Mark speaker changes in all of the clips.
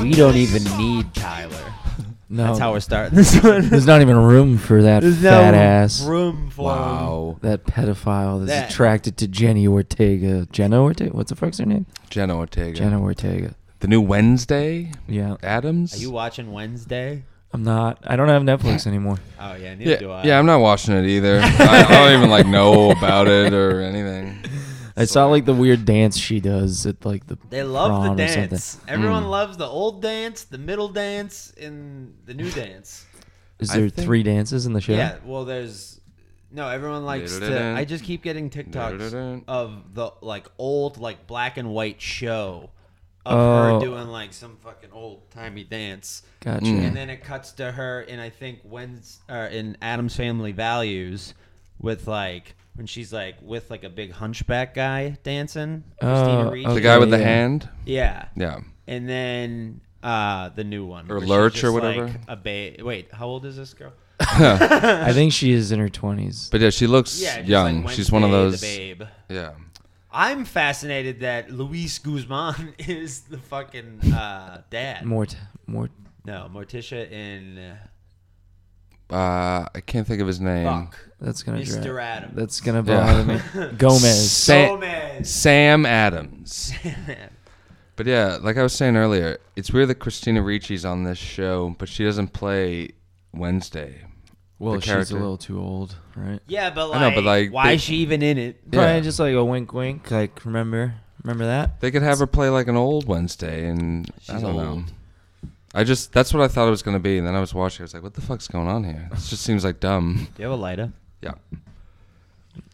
Speaker 1: We don't even need Tyler.
Speaker 2: No,
Speaker 1: That's how we're starting this one.
Speaker 2: There's not even room for that
Speaker 1: There's no
Speaker 2: fat ass.
Speaker 1: room for him.
Speaker 3: Wow.
Speaker 2: That pedophile that's
Speaker 1: That-
Speaker 2: attracted to Jenny Ortega. Jenna Ortega? What's the fuck's her name?
Speaker 3: Jenna Ortega.
Speaker 2: Jenna Ortega.
Speaker 3: The new Wednesday
Speaker 2: Yeah.
Speaker 3: Adams.
Speaker 1: Are you watching Wednesday?
Speaker 2: I'm not. I don't have Netflix anymore.
Speaker 1: Oh yeah, neither
Speaker 3: yeah,
Speaker 1: do I.
Speaker 3: yeah, I'm not watching it either. I, I don't even like know about it or anything.
Speaker 2: I saw like the weird dance she does at like the.
Speaker 1: They love
Speaker 2: prom
Speaker 1: the
Speaker 2: or something.
Speaker 1: dance. Everyone loves the old dance, the middle dance, and the new dance.
Speaker 2: Is
Speaker 3: I
Speaker 2: there
Speaker 3: think-
Speaker 2: three dances in the show?
Speaker 1: Yeah. well, there's no. Everyone likes to.
Speaker 3: Da-da-da.
Speaker 1: I just keep getting TikToks
Speaker 3: Da-da-da.
Speaker 1: of the like old, like black and white show of
Speaker 2: Oh.
Speaker 1: her doing like some fucking old timey dance,
Speaker 2: Gotcha.
Speaker 1: and then it cuts to her in I think when's or in Adam's Family Values with like when she's like with like a big hunchback guy dancing. Christina
Speaker 2: Oh,
Speaker 1: Ricci.
Speaker 3: The
Speaker 2: okay.
Speaker 3: guy with the
Speaker 2: yeah.
Speaker 3: hand.
Speaker 1: Yeah.
Speaker 3: Yeah.
Speaker 1: And then uh the new one.
Speaker 3: Or
Speaker 1: where she's
Speaker 3: Lurch or
Speaker 1: just, like,
Speaker 3: whatever.
Speaker 1: a ba- Wait, how old is this girl?
Speaker 2: I think she is in her 20s.
Speaker 3: But yeah, she looks
Speaker 1: Yeah, just,
Speaker 3: young.
Speaker 1: like,
Speaker 3: She's one of
Speaker 1: Wednesday, The babe.
Speaker 3: those. Yeah.
Speaker 1: I'm fascinated that Luis Guzman is the fucking uh, dad.
Speaker 2: Mort. Mort.
Speaker 1: no, Morticia in
Speaker 3: Uh, I can't think of his name.
Speaker 1: Buck.
Speaker 2: That's gonna.
Speaker 1: Mr.
Speaker 2: drive-
Speaker 1: Adams.
Speaker 2: That's gonna bother
Speaker 3: Yeah.
Speaker 2: me. Gomez.
Speaker 3: Sa-
Speaker 1: Gomez.
Speaker 3: Sam Adams. But yeah, like I was saying earlier, it's weird that Christina Ricci's on this show, but she doesn't play Wednesday.
Speaker 2: Well,
Speaker 3: the
Speaker 2: she's a
Speaker 3: character.
Speaker 2: little too old, right?
Speaker 1: yeah, but like,
Speaker 3: I know, but, like,
Speaker 1: why
Speaker 3: they-
Speaker 1: is she even in it?
Speaker 3: Yeah.
Speaker 2: Probably just like a wink, wink. Like remember, remember that.
Speaker 3: They could have her play like an old Wednesday, and I
Speaker 1: She's
Speaker 3: don't know.
Speaker 1: old.
Speaker 3: I just that's what I thought it was gonna be, and then I was watching. I was like, "What the fuck's going on here? This just seems like dumb."
Speaker 1: Do you have a lighter?
Speaker 3: Yeah,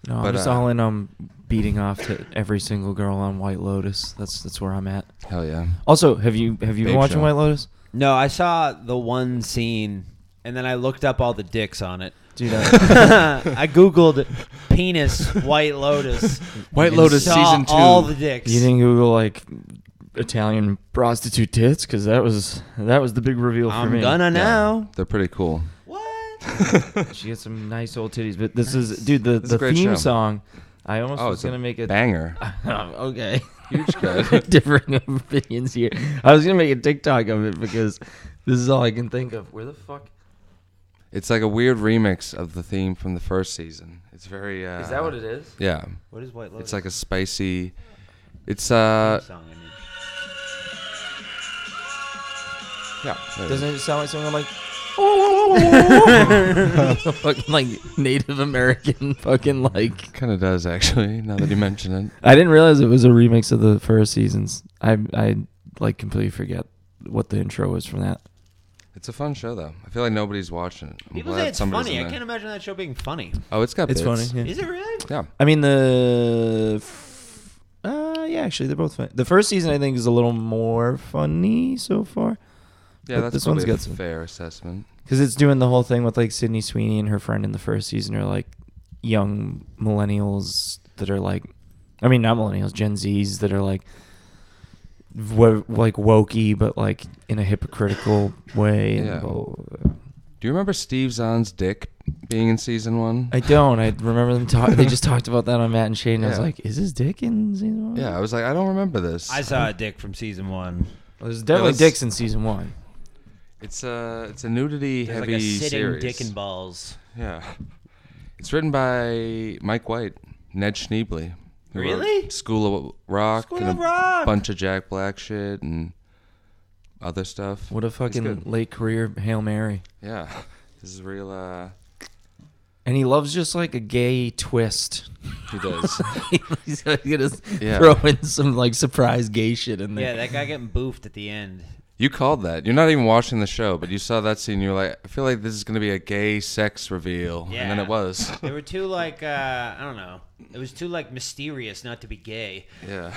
Speaker 2: No, I'm
Speaker 3: But,
Speaker 2: just
Speaker 3: uh,
Speaker 2: all in on beating off to every single girl on White Lotus. That's that's where I'm at.
Speaker 3: hell yeah.
Speaker 2: Also, have you have you been
Speaker 3: Babe
Speaker 2: watching
Speaker 3: show.
Speaker 2: White Lotus?
Speaker 1: No, I saw the one scene, and then I looked up all the dicks on it.
Speaker 2: Dude, I,
Speaker 1: I googled penis White Lotus.
Speaker 3: White
Speaker 1: and
Speaker 3: Lotus
Speaker 1: saw
Speaker 3: season two.
Speaker 1: All the dicks.
Speaker 2: you didn't Google like Italian prostitute tits because that was that was the big reveal for
Speaker 1: I'm
Speaker 2: me.
Speaker 1: gonna know.
Speaker 3: They're pretty cool.
Speaker 1: What?
Speaker 2: She had some nice old titties, but this is dude the,
Speaker 3: is
Speaker 2: the
Speaker 3: a great
Speaker 2: theme
Speaker 3: show.
Speaker 2: song. I almost
Speaker 3: Oh,
Speaker 2: was
Speaker 3: it's a
Speaker 2: gonna make a
Speaker 3: banger.
Speaker 2: Oh, okay.
Speaker 3: Huge cut.
Speaker 2: Differing opinions here. I was gonna make a TikTok of it because this is all I can think of. Where the fuck
Speaker 3: It's like a weird remix of the theme from the first season. It's very. Uh,
Speaker 2: is that? What it is?
Speaker 3: Yeah,
Speaker 1: What is White Lotus?
Speaker 3: it's like a spicy. It's uh
Speaker 1: song. I mean.
Speaker 3: yeah. there it is.
Speaker 2: Doesn't it sound like someone like fucking like Native American fucking like?
Speaker 3: Kind of does actually. Now that you mention it,
Speaker 2: I didn't realize it was a remix of the first seasons. I I like completely forget what the intro was from that.
Speaker 3: it's a fun show though. I feel like nobody's watching it. I'm
Speaker 1: People
Speaker 3: glad
Speaker 1: say it's
Speaker 3: somebody's
Speaker 1: funny.
Speaker 3: in
Speaker 1: I
Speaker 3: there.
Speaker 1: can't imagine that show being funny.
Speaker 3: Oh, it's got.
Speaker 2: It's funny.
Speaker 3: bits.
Speaker 2: Yeah.
Speaker 1: Is it really?
Speaker 3: Yeah.
Speaker 2: I mean the. f- Uh, yeah, actually, they're both fun. The first season, I think, is a little more funny so far.
Speaker 3: Yeah,
Speaker 2: But
Speaker 3: that's
Speaker 2: this one's
Speaker 3: probably a
Speaker 2: got some-
Speaker 3: fair assessment.
Speaker 2: Because it's doing the whole thing with like Sydney Sweeney and her friend in the first season are like young millennials that are like, I mean, not millennials, Gen Zs that are like, wo- like wokey, but like in a hypocritical way. and
Speaker 3: Yeah.
Speaker 2: blah-
Speaker 3: Do you remember Steve Zahn's dick being in season one?
Speaker 2: I don't. I remember them talk. They just talked about that on Matt and Shane. And I was
Speaker 3: Yeah.
Speaker 2: like, is this dick in season one?
Speaker 3: yeah, I was like, I don't remember this.
Speaker 1: I saw a dick from season one.
Speaker 2: Well, there's definitely
Speaker 3: that's-
Speaker 2: dicks in season one.
Speaker 3: It's a it's a nudity
Speaker 1: There's like
Speaker 3: heavy
Speaker 1: a sitting
Speaker 3: series.
Speaker 1: dick and balls.
Speaker 3: yeah, it's written by Mike White, Ned Schneebly. who wrote
Speaker 1: Really?
Speaker 3: School of Rock
Speaker 1: School
Speaker 3: and
Speaker 1: of
Speaker 3: a
Speaker 1: Rock!
Speaker 3: bunch of Jack Black shit and other stuff.
Speaker 2: What a fucking
Speaker 3: good.
Speaker 2: late career hail mary.
Speaker 3: Yeah, this is real. uh
Speaker 2: And he loves just like a gay twist.
Speaker 3: He does.
Speaker 2: He's gonna just
Speaker 3: Yeah.
Speaker 2: throw in some like surprise gay shit in
Speaker 1: Yeah,
Speaker 2: there.
Speaker 1: that guy getting boofed at the end.
Speaker 3: you called that. You're not even watching the show, but you saw that scene. You were like, I feel like this is gonna be a gay sex reveal, and then
Speaker 1: Yeah.
Speaker 3: it was.
Speaker 1: They were too like uh, I don't know. It was too like mysterious not to be gay.
Speaker 3: yeah.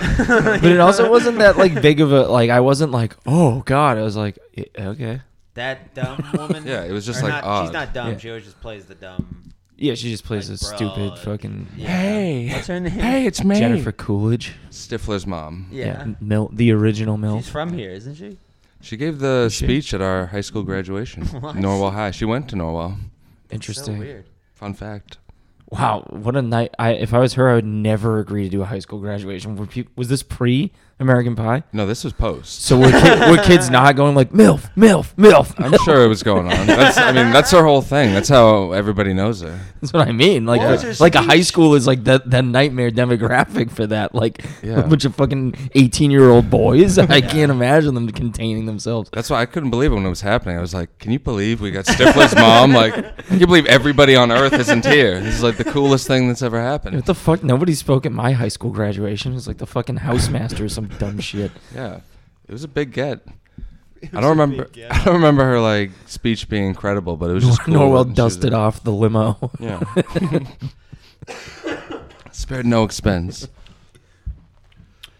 Speaker 2: but it also wasn't that like big of a like. I wasn't like, oh god. I was like, "Eh, okay.
Speaker 1: That dumb woman.
Speaker 3: Yeah, it was just,
Speaker 1: or
Speaker 3: like,
Speaker 1: not- she's
Speaker 3: odd.
Speaker 1: not dumb.
Speaker 2: Yeah.
Speaker 1: She always just plays the dumb.
Speaker 2: Yeah, she just plays
Speaker 1: Like,
Speaker 2: a
Speaker 1: bro,
Speaker 2: stupid
Speaker 1: like,
Speaker 2: fucking
Speaker 3: Hey.
Speaker 1: What's her name?
Speaker 3: it's me.
Speaker 2: Jennifer Coolidge.
Speaker 3: Stifler's mom.
Speaker 1: Yeah.
Speaker 2: Mil- the original Mil.
Speaker 1: She's from here, isn't she?
Speaker 3: She gave the
Speaker 2: she?
Speaker 3: speech at our high school graduation.
Speaker 1: What?
Speaker 3: Norwell High. She went to Norwell.
Speaker 2: Interesting.
Speaker 1: So weird.
Speaker 3: Fun fact.
Speaker 2: Wow, what a night! I if I was her, I would never agree to do a high school graduation. Were peop was this pre American Pie?
Speaker 3: No, this was post.
Speaker 2: So were, ki- were kids not going like milf, milf, milf?
Speaker 3: I'm sure it was going on. That's, I mean, that's her whole thing. That's how everybody knows her.
Speaker 2: That's what I mean. Like,
Speaker 1: What was
Speaker 2: a-
Speaker 1: her
Speaker 2: like a high
Speaker 1: speech?
Speaker 2: school is like the the nightmare demographic for that. Like
Speaker 3: Yeah.
Speaker 2: a bunch of fucking eighteen year old boys. I can't imagine them containing themselves.
Speaker 3: That's why I couldn't believe it when it was happening. I was like, "Can you believe we got Stifler's mom? Like, can you believe everybody on Earth isn't here? This is like the coolest thing that's ever happened."
Speaker 2: What the fuck? Nobody spoke at my high school graduation. It was like the fucking housemaster or some dumb shit.
Speaker 3: Yeah, it was a big get.
Speaker 1: It
Speaker 3: I
Speaker 1: was a
Speaker 3: don't remember.
Speaker 1: big get.
Speaker 3: I don't remember her like speech being incredible, but it was just cool
Speaker 2: Norwell
Speaker 3: that she's
Speaker 2: dusted
Speaker 3: there.
Speaker 2: off the limo.
Speaker 3: Yeah. Spared no expense.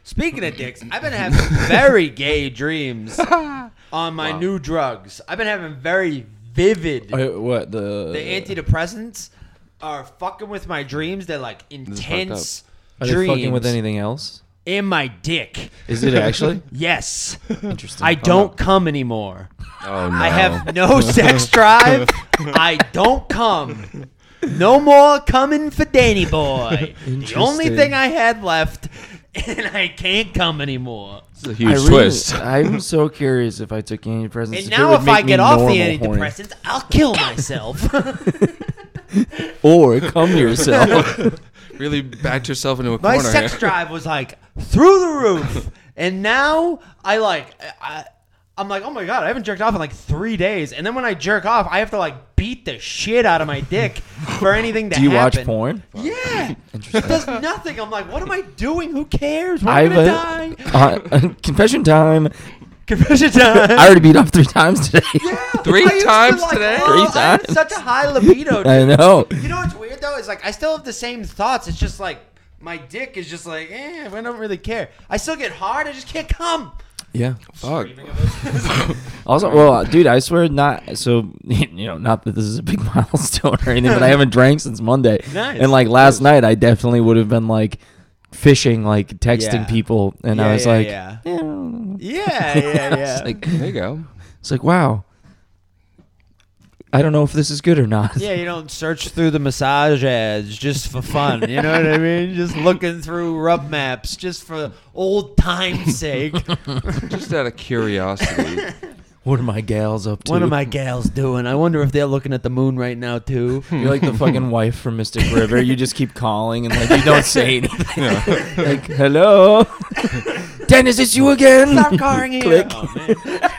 Speaker 1: Speaking of dicks, I've been having very gay dreams on my
Speaker 3: Wow.
Speaker 1: new drugs. I've been having very vivid.
Speaker 2: Uh, what the?
Speaker 1: the antidepressants are fucking with my dreams. They're like
Speaker 3: is fucked
Speaker 1: intense
Speaker 2: Are they
Speaker 1: dreams
Speaker 2: fucking with anything else?
Speaker 1: in my dick.
Speaker 2: Is it actually
Speaker 1: Yes,
Speaker 2: interesting?
Speaker 1: I don't come anymore.
Speaker 3: Oh no!
Speaker 1: I have no sex drive. I don't come. No more coming for Danny Boy. The only
Speaker 2: Interesting.
Speaker 1: thing I had left, and I can't come anymore.
Speaker 3: This is a huge
Speaker 2: I really-
Speaker 3: twist.
Speaker 2: I'm so curious if I took antidepressants.
Speaker 1: And
Speaker 2: it
Speaker 1: now,
Speaker 2: would
Speaker 1: if I
Speaker 2: make me
Speaker 1: get off the
Speaker 2: normal horny.
Speaker 1: antidepressants, I'll kill myself.
Speaker 2: or come yourself.
Speaker 3: really backed yourself into a
Speaker 1: My
Speaker 3: corner.
Speaker 1: sex
Speaker 3: here.
Speaker 1: drive was like through the roof, and now I like I, I'm like, oh my god, I haven't jerked off in like three days, and then when I jerk off, I have to like beat the shit out of my dick for anything to
Speaker 2: Do you
Speaker 1: happen.
Speaker 2: watch porn?
Speaker 1: Yeah,
Speaker 2: Interesting.
Speaker 1: it does nothing. I'm like, what am I doing? Who cares? We're
Speaker 2: I've
Speaker 1: gonna die.
Speaker 2: uh, uh, confession time.
Speaker 1: Confession time.
Speaker 2: I already beat off three times today.
Speaker 3: Three
Speaker 1: I used to,
Speaker 3: times
Speaker 1: like,
Speaker 3: today?
Speaker 1: oh,
Speaker 2: Three
Speaker 1: I had
Speaker 2: times.
Speaker 1: Such a high libido. dude.
Speaker 2: I know.
Speaker 1: You know what's weird though is like I still have the same thoughts. It's just like my dick is just like eh. I don't really care. I still get hard. I just can't come.
Speaker 2: Yeah.
Speaker 3: Fuck.
Speaker 2: Also, well, uh, dude, I swear not. So you know, not that this is a big milestone or anything, but I haven't drank since Monday.
Speaker 1: Nice.
Speaker 2: And like last night, I definitely would have been like fishing, like texting
Speaker 1: Yeah.
Speaker 2: people, and
Speaker 1: Yeah,
Speaker 2: I was
Speaker 1: yeah,
Speaker 2: like,
Speaker 1: yeah.
Speaker 2: eh, I don't know.
Speaker 1: Yeah, yeah, yeah.
Speaker 2: It's like,
Speaker 3: There you go.
Speaker 2: it's like, wow. I don't know if this is good or not.
Speaker 1: yeah, you don't search through the massage ads just for fun. You know what I mean? Just looking through rub maps just for old time's sake.
Speaker 3: Just out of curiosity.
Speaker 2: What are my gals up to?
Speaker 1: What are my gals doing? I wonder if they're looking at the moon right now too.
Speaker 2: You're like the fucking wife from Mystic River. You just keep calling and like you don't say anything. like, hello, Dennis, it's you again.
Speaker 1: Stop calling here.
Speaker 2: Click.
Speaker 1: Oh man.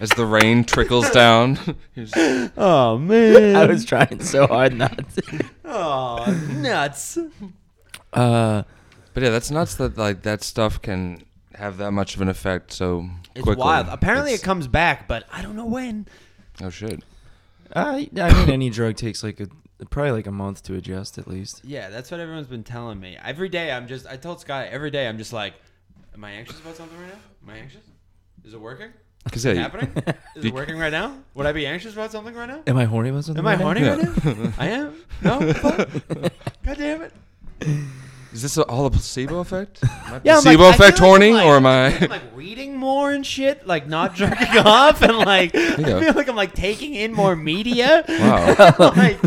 Speaker 3: As the rain trickles down.
Speaker 1: Oh man.
Speaker 2: I was trying so hard not. to.
Speaker 1: Oh nuts.
Speaker 2: Uh,
Speaker 3: But yeah, that's nuts that like that stuff can have that much of an effect so
Speaker 1: It's
Speaker 3: quickly.
Speaker 1: wild. Apparently
Speaker 3: It's-
Speaker 1: it comes back, but I don't know when.
Speaker 3: Oh shit.
Speaker 2: I, I mean, any drug takes like a probably like a month to adjust at least.
Speaker 1: Yeah, that's what everyone's been telling me. Every day I'm just I told Scott every day I'm just like, Am I anxious about something right now? Am I anxious? Is it working?
Speaker 3: Cause yeah, you-
Speaker 1: happening? Is it working right now? Would I be anxious about something right now?
Speaker 2: Am I horny about something?
Speaker 1: Am I
Speaker 2: right
Speaker 1: horny
Speaker 2: now?
Speaker 3: Yeah.
Speaker 1: right now? I am. No. Fuck. God damn it.
Speaker 3: is this all a placebo effect? Am I
Speaker 1: Yeah, I'm like-
Speaker 3: placebo
Speaker 1: I feel
Speaker 3: effect
Speaker 1: like
Speaker 3: horny,
Speaker 1: I'm like-
Speaker 3: or am I?
Speaker 1: I'm like reading more and shit, like not jerking off, and like
Speaker 3: Yeah.
Speaker 1: I feel like I'm like taking in more media.
Speaker 3: wow.
Speaker 1: like,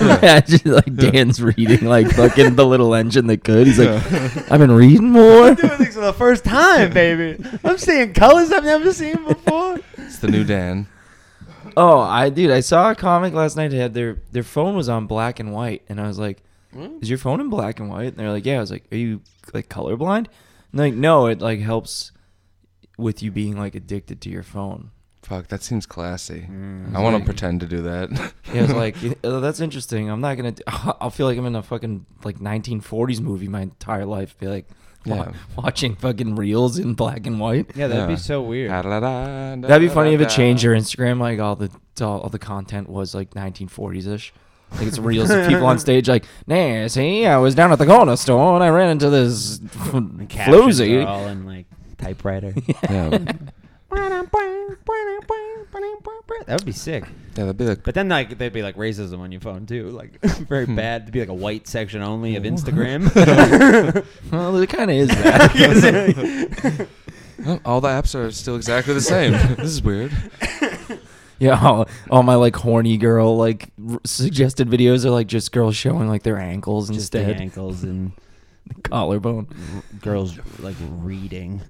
Speaker 2: Imagine like Dan's reading like fucking the little engine that could. He's like, I've been reading more.
Speaker 1: doing things for the first time, baby. I'm seeing colors I've never seen before.
Speaker 3: It's the new Dan.
Speaker 2: Oh, I dude, I saw a comic last night. that Had their their phone was on black and white, and I was like,
Speaker 3: Hmm.
Speaker 2: "Is your phone in black and white?" And they're like, "Yeah." I was like, "Are you like colorblind?" And they're like, "No, it like helps with you being like addicted to your phone."
Speaker 3: Fuck, that seems classy.
Speaker 1: Mm.
Speaker 3: I want to
Speaker 2: Like-
Speaker 3: pretend to do that.
Speaker 2: Yeah, I was like, oh, "That's interesting. I'm not gonna. D- I'll feel like I'm in a fucking like 1940s movie my entire life. Be like, wa-
Speaker 3: Yeah.
Speaker 2: watching fucking reels in black and white."
Speaker 1: Yeah, that'd
Speaker 3: Yeah.
Speaker 1: be so weird.
Speaker 2: That'd be funny if it changed your Instagram. Like all the all, all the content was like 1940s ish. Like it's reels of people on stage like, nah, see, I was down at the corner store and I ran into this f- floozy.
Speaker 1: all in like typewriter.
Speaker 3: Yeah. yeah,
Speaker 1: that would be sick.
Speaker 3: that'd be like.
Speaker 1: But then like they'd be like racism on your phone too, like very
Speaker 3: Hmm.
Speaker 1: bad. It'd be like a white section only of Instagram.
Speaker 2: Well, it kind of is that.
Speaker 3: Oh, all the apps are still exactly the same. this is weird.
Speaker 2: yeah, all, all my like horny girl like r- suggested videos are like just girls showing like their ankles
Speaker 1: Just the
Speaker 2: instead.
Speaker 1: ankles and
Speaker 2: collarbone,
Speaker 1: girls like reading.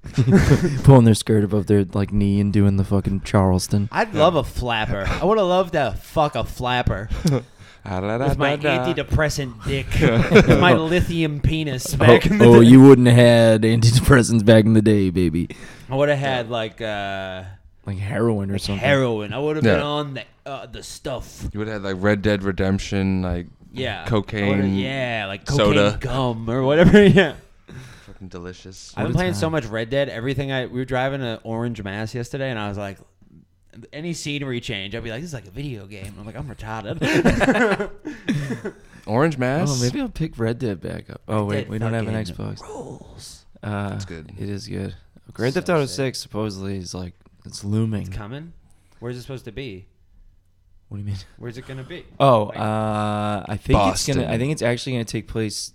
Speaker 2: pulling their skirt above their like knee and doing the fucking Charleston.
Speaker 1: I'd love a flapper. I would have loved to fuck a flapper with my antidepressant dick, with my lithium penis back
Speaker 2: oh,
Speaker 1: in the
Speaker 2: oh,
Speaker 1: day.
Speaker 2: you wouldn't have had antidepressants back in the day, baby.
Speaker 1: I would have had like uh,
Speaker 2: Like heroin or something.
Speaker 1: heroin. I would have been
Speaker 3: Yeah.
Speaker 1: on the uh, the stuff.
Speaker 3: You would have had like Red Dead Redemption, like
Speaker 1: Yeah, I
Speaker 3: Cocaine,
Speaker 1: would've- Yeah, like cocaine
Speaker 3: soda.
Speaker 1: gum or whatever. Yeah.
Speaker 3: fucking delicious.
Speaker 1: I've
Speaker 2: What
Speaker 1: been
Speaker 2: a
Speaker 1: playing so
Speaker 2: time.
Speaker 1: much Red Dead. Everything I we were driving to Orange Mass yesterday, and I was like, any scenery change, I'd be like, this is like a video game. I'm like, I'm retarded.
Speaker 3: Orange Mass.
Speaker 2: Oh, maybe I'll pick Red Dead back up. Oh wait,
Speaker 1: Dead
Speaker 2: we don't have an
Speaker 1: fucking
Speaker 2: Xbox.
Speaker 1: Rules.
Speaker 2: Uh,
Speaker 3: It's good.
Speaker 2: It is good. Grand
Speaker 1: So
Speaker 2: Theft Auto
Speaker 1: sick.
Speaker 2: Six supposedly is like it's looming.
Speaker 1: It's coming. Where's it supposed to be?
Speaker 2: what do you mean?
Speaker 1: Where's it gonna be?
Speaker 2: Oh,
Speaker 1: Like,
Speaker 2: uh, I think it's
Speaker 3: Boston.
Speaker 2: gonna. I think it's actually gonna take place.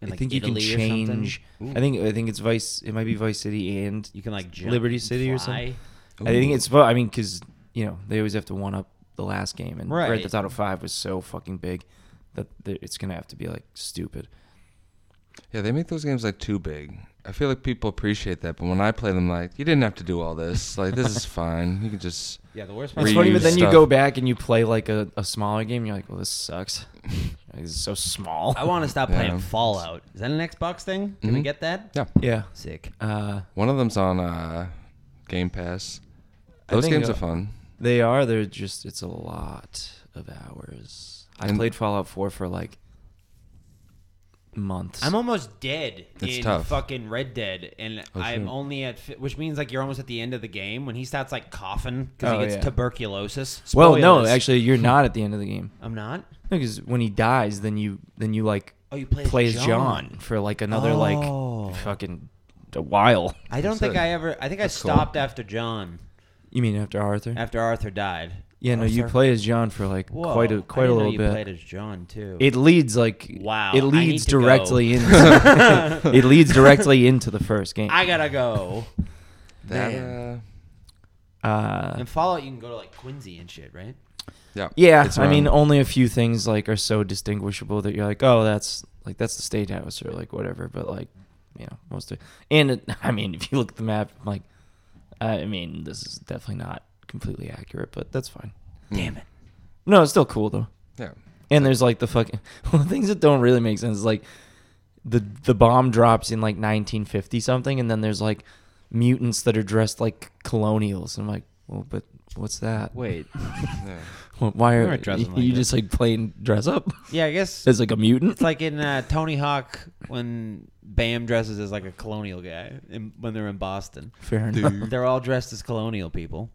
Speaker 1: in,
Speaker 2: I
Speaker 1: like,
Speaker 2: think
Speaker 1: Italy
Speaker 2: you
Speaker 1: or
Speaker 2: can
Speaker 1: something?
Speaker 2: change.
Speaker 1: Ooh.
Speaker 2: I think I think it's Vice. It might be Vice City and
Speaker 1: you can like jump
Speaker 2: Liberty
Speaker 1: and
Speaker 2: City or
Speaker 1: fly.
Speaker 2: something. I think it's. well, I mean, because you know they always have to one up the last game, and
Speaker 1: Right.
Speaker 2: Red Theft Auto Five was so fucking big that th- it's gonna have to be like stupid.
Speaker 3: Yeah, they make those games like too big. I feel like people appreciate that, but when I play them, like you didn't have to do all this. Like this is fine. You can just
Speaker 1: Yeah, the worst part.
Speaker 2: It's
Speaker 3: Reuse
Speaker 2: funny, but then you
Speaker 3: stuff.
Speaker 2: go back and you play like a, a smaller game. You're like, well, this sucks. Like, this is so small.
Speaker 1: I want to stop
Speaker 3: Yeah.
Speaker 1: playing Fallout. Is that an Xbox thing? Can we
Speaker 2: Mm-hmm.
Speaker 3: Mhm.
Speaker 1: get that?
Speaker 3: yeah.
Speaker 2: yeah.
Speaker 1: Sick.
Speaker 2: Uh,
Speaker 3: One of them's on uh, Game Pass.
Speaker 2: I
Speaker 3: Those
Speaker 2: think,
Speaker 3: games
Speaker 2: uh,
Speaker 3: are fun.
Speaker 2: They are. They're just. It's a lot of hours. I
Speaker 3: And-
Speaker 2: played Fallout Four for like months.
Speaker 1: I'm almost dead
Speaker 3: It's
Speaker 1: in
Speaker 3: tough.
Speaker 1: fucking Red Dead, and
Speaker 3: Oh,
Speaker 1: I'm
Speaker 3: shit.
Speaker 1: only at, fi- which means like you're almost at the end of the game when he starts like coughing because
Speaker 2: Oh,
Speaker 1: he gets
Speaker 2: yeah.
Speaker 1: tuberculosis.
Speaker 2: well, no,
Speaker 1: Spoilers.
Speaker 2: actually, you're not at the end of the game.
Speaker 1: I'm not.
Speaker 2: Because when he dies, then you then you like
Speaker 1: Oh, you play as
Speaker 2: play as
Speaker 1: John.
Speaker 2: John. for like another
Speaker 1: Oh.
Speaker 2: like fucking a while.
Speaker 1: I don't think
Speaker 3: it.
Speaker 1: I ever. I think I
Speaker 3: That's cool.
Speaker 1: stopped after John,
Speaker 2: You mean after Arthur?
Speaker 1: after Arthur died.
Speaker 2: yeah, no, you
Speaker 1: Arthur?
Speaker 2: play as John for like
Speaker 1: Whoa,
Speaker 2: quite a
Speaker 1: I
Speaker 2: quite a
Speaker 1: didn't know
Speaker 2: little
Speaker 1: you
Speaker 2: bit.
Speaker 1: Played as John too.
Speaker 2: it leads like
Speaker 1: Wow, I
Speaker 2: It
Speaker 1: need
Speaker 2: leads
Speaker 1: to go.
Speaker 2: directly into it leads directly into the first game.
Speaker 1: I gotta go.
Speaker 3: That,
Speaker 1: Man.
Speaker 3: uh,
Speaker 2: uh,
Speaker 1: And Fallout, you can go to like Quincy and shit, right?
Speaker 3: yeah.
Speaker 2: Yeah,
Speaker 3: It's
Speaker 2: I mean,
Speaker 3: around-
Speaker 2: only a few things like are so distinguishable that you're like, oh, that's like that's the state house or like whatever. But like, you know, most of. And it, I mean, if you look at the map, I'm like, I mean, this is definitely not completely accurate, but that's fine.
Speaker 1: Damn it.
Speaker 2: No, it's still cool though.
Speaker 3: yeah.
Speaker 2: And there's like the fucking one of the things that don't really make sense is like the the bomb drops in like 1950 something, and then there's like mutants that are dressed like colonials. And I'm like, well, but what's that?
Speaker 1: Wait.
Speaker 3: Yeah.
Speaker 2: Well, Why
Speaker 1: We're
Speaker 2: are
Speaker 1: not dressing
Speaker 2: you,
Speaker 1: like
Speaker 2: you
Speaker 1: that.
Speaker 2: just like playing dress up
Speaker 1: Yeah, I guess
Speaker 2: as like a mutant?
Speaker 1: It's like in uh, Tony Hawk when Bam dresses as like a colonial guy in, when they're in Boston.
Speaker 2: Fair enough.
Speaker 1: They're all dressed as colonial people.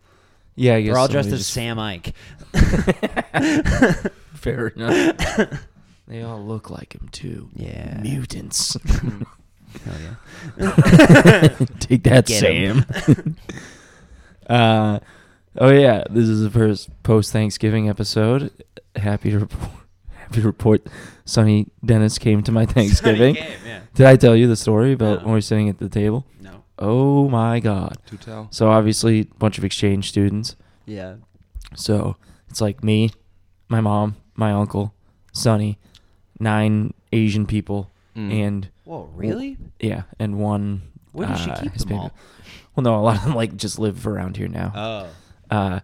Speaker 2: Yeah, I guess
Speaker 1: They're all dressed
Speaker 2: somebody
Speaker 1: as Sam Ike.
Speaker 2: just- Fair enough. they all look like him too.
Speaker 1: Yeah.
Speaker 2: mutants.
Speaker 1: Hell yeah.
Speaker 2: Take that,
Speaker 1: Get
Speaker 2: Sam.
Speaker 1: 'em.
Speaker 2: uh, oh yeah, this is the first post Thanksgiving episode. Happy to report. Happy to report. Sonny Dennis came to my Thanksgiving.
Speaker 1: Sonny came, yeah.
Speaker 2: Did I tell you the story about
Speaker 1: No.
Speaker 2: when we were sitting at the table?
Speaker 1: No.
Speaker 2: Oh my God!
Speaker 3: To tell.
Speaker 2: So obviously, bunch of exchange students.
Speaker 1: Yeah.
Speaker 2: So it's like me, my mom, my uncle, Sonny, nine Asian people,
Speaker 3: Mm.
Speaker 2: and
Speaker 1: Whoa, really?
Speaker 2: yeah, and one. uh,
Speaker 1: Where does she keep them
Speaker 2: Hispanic-
Speaker 1: all?
Speaker 2: Well, no, a lot of them like just live around here now.
Speaker 1: Oh.
Speaker 2: Uh,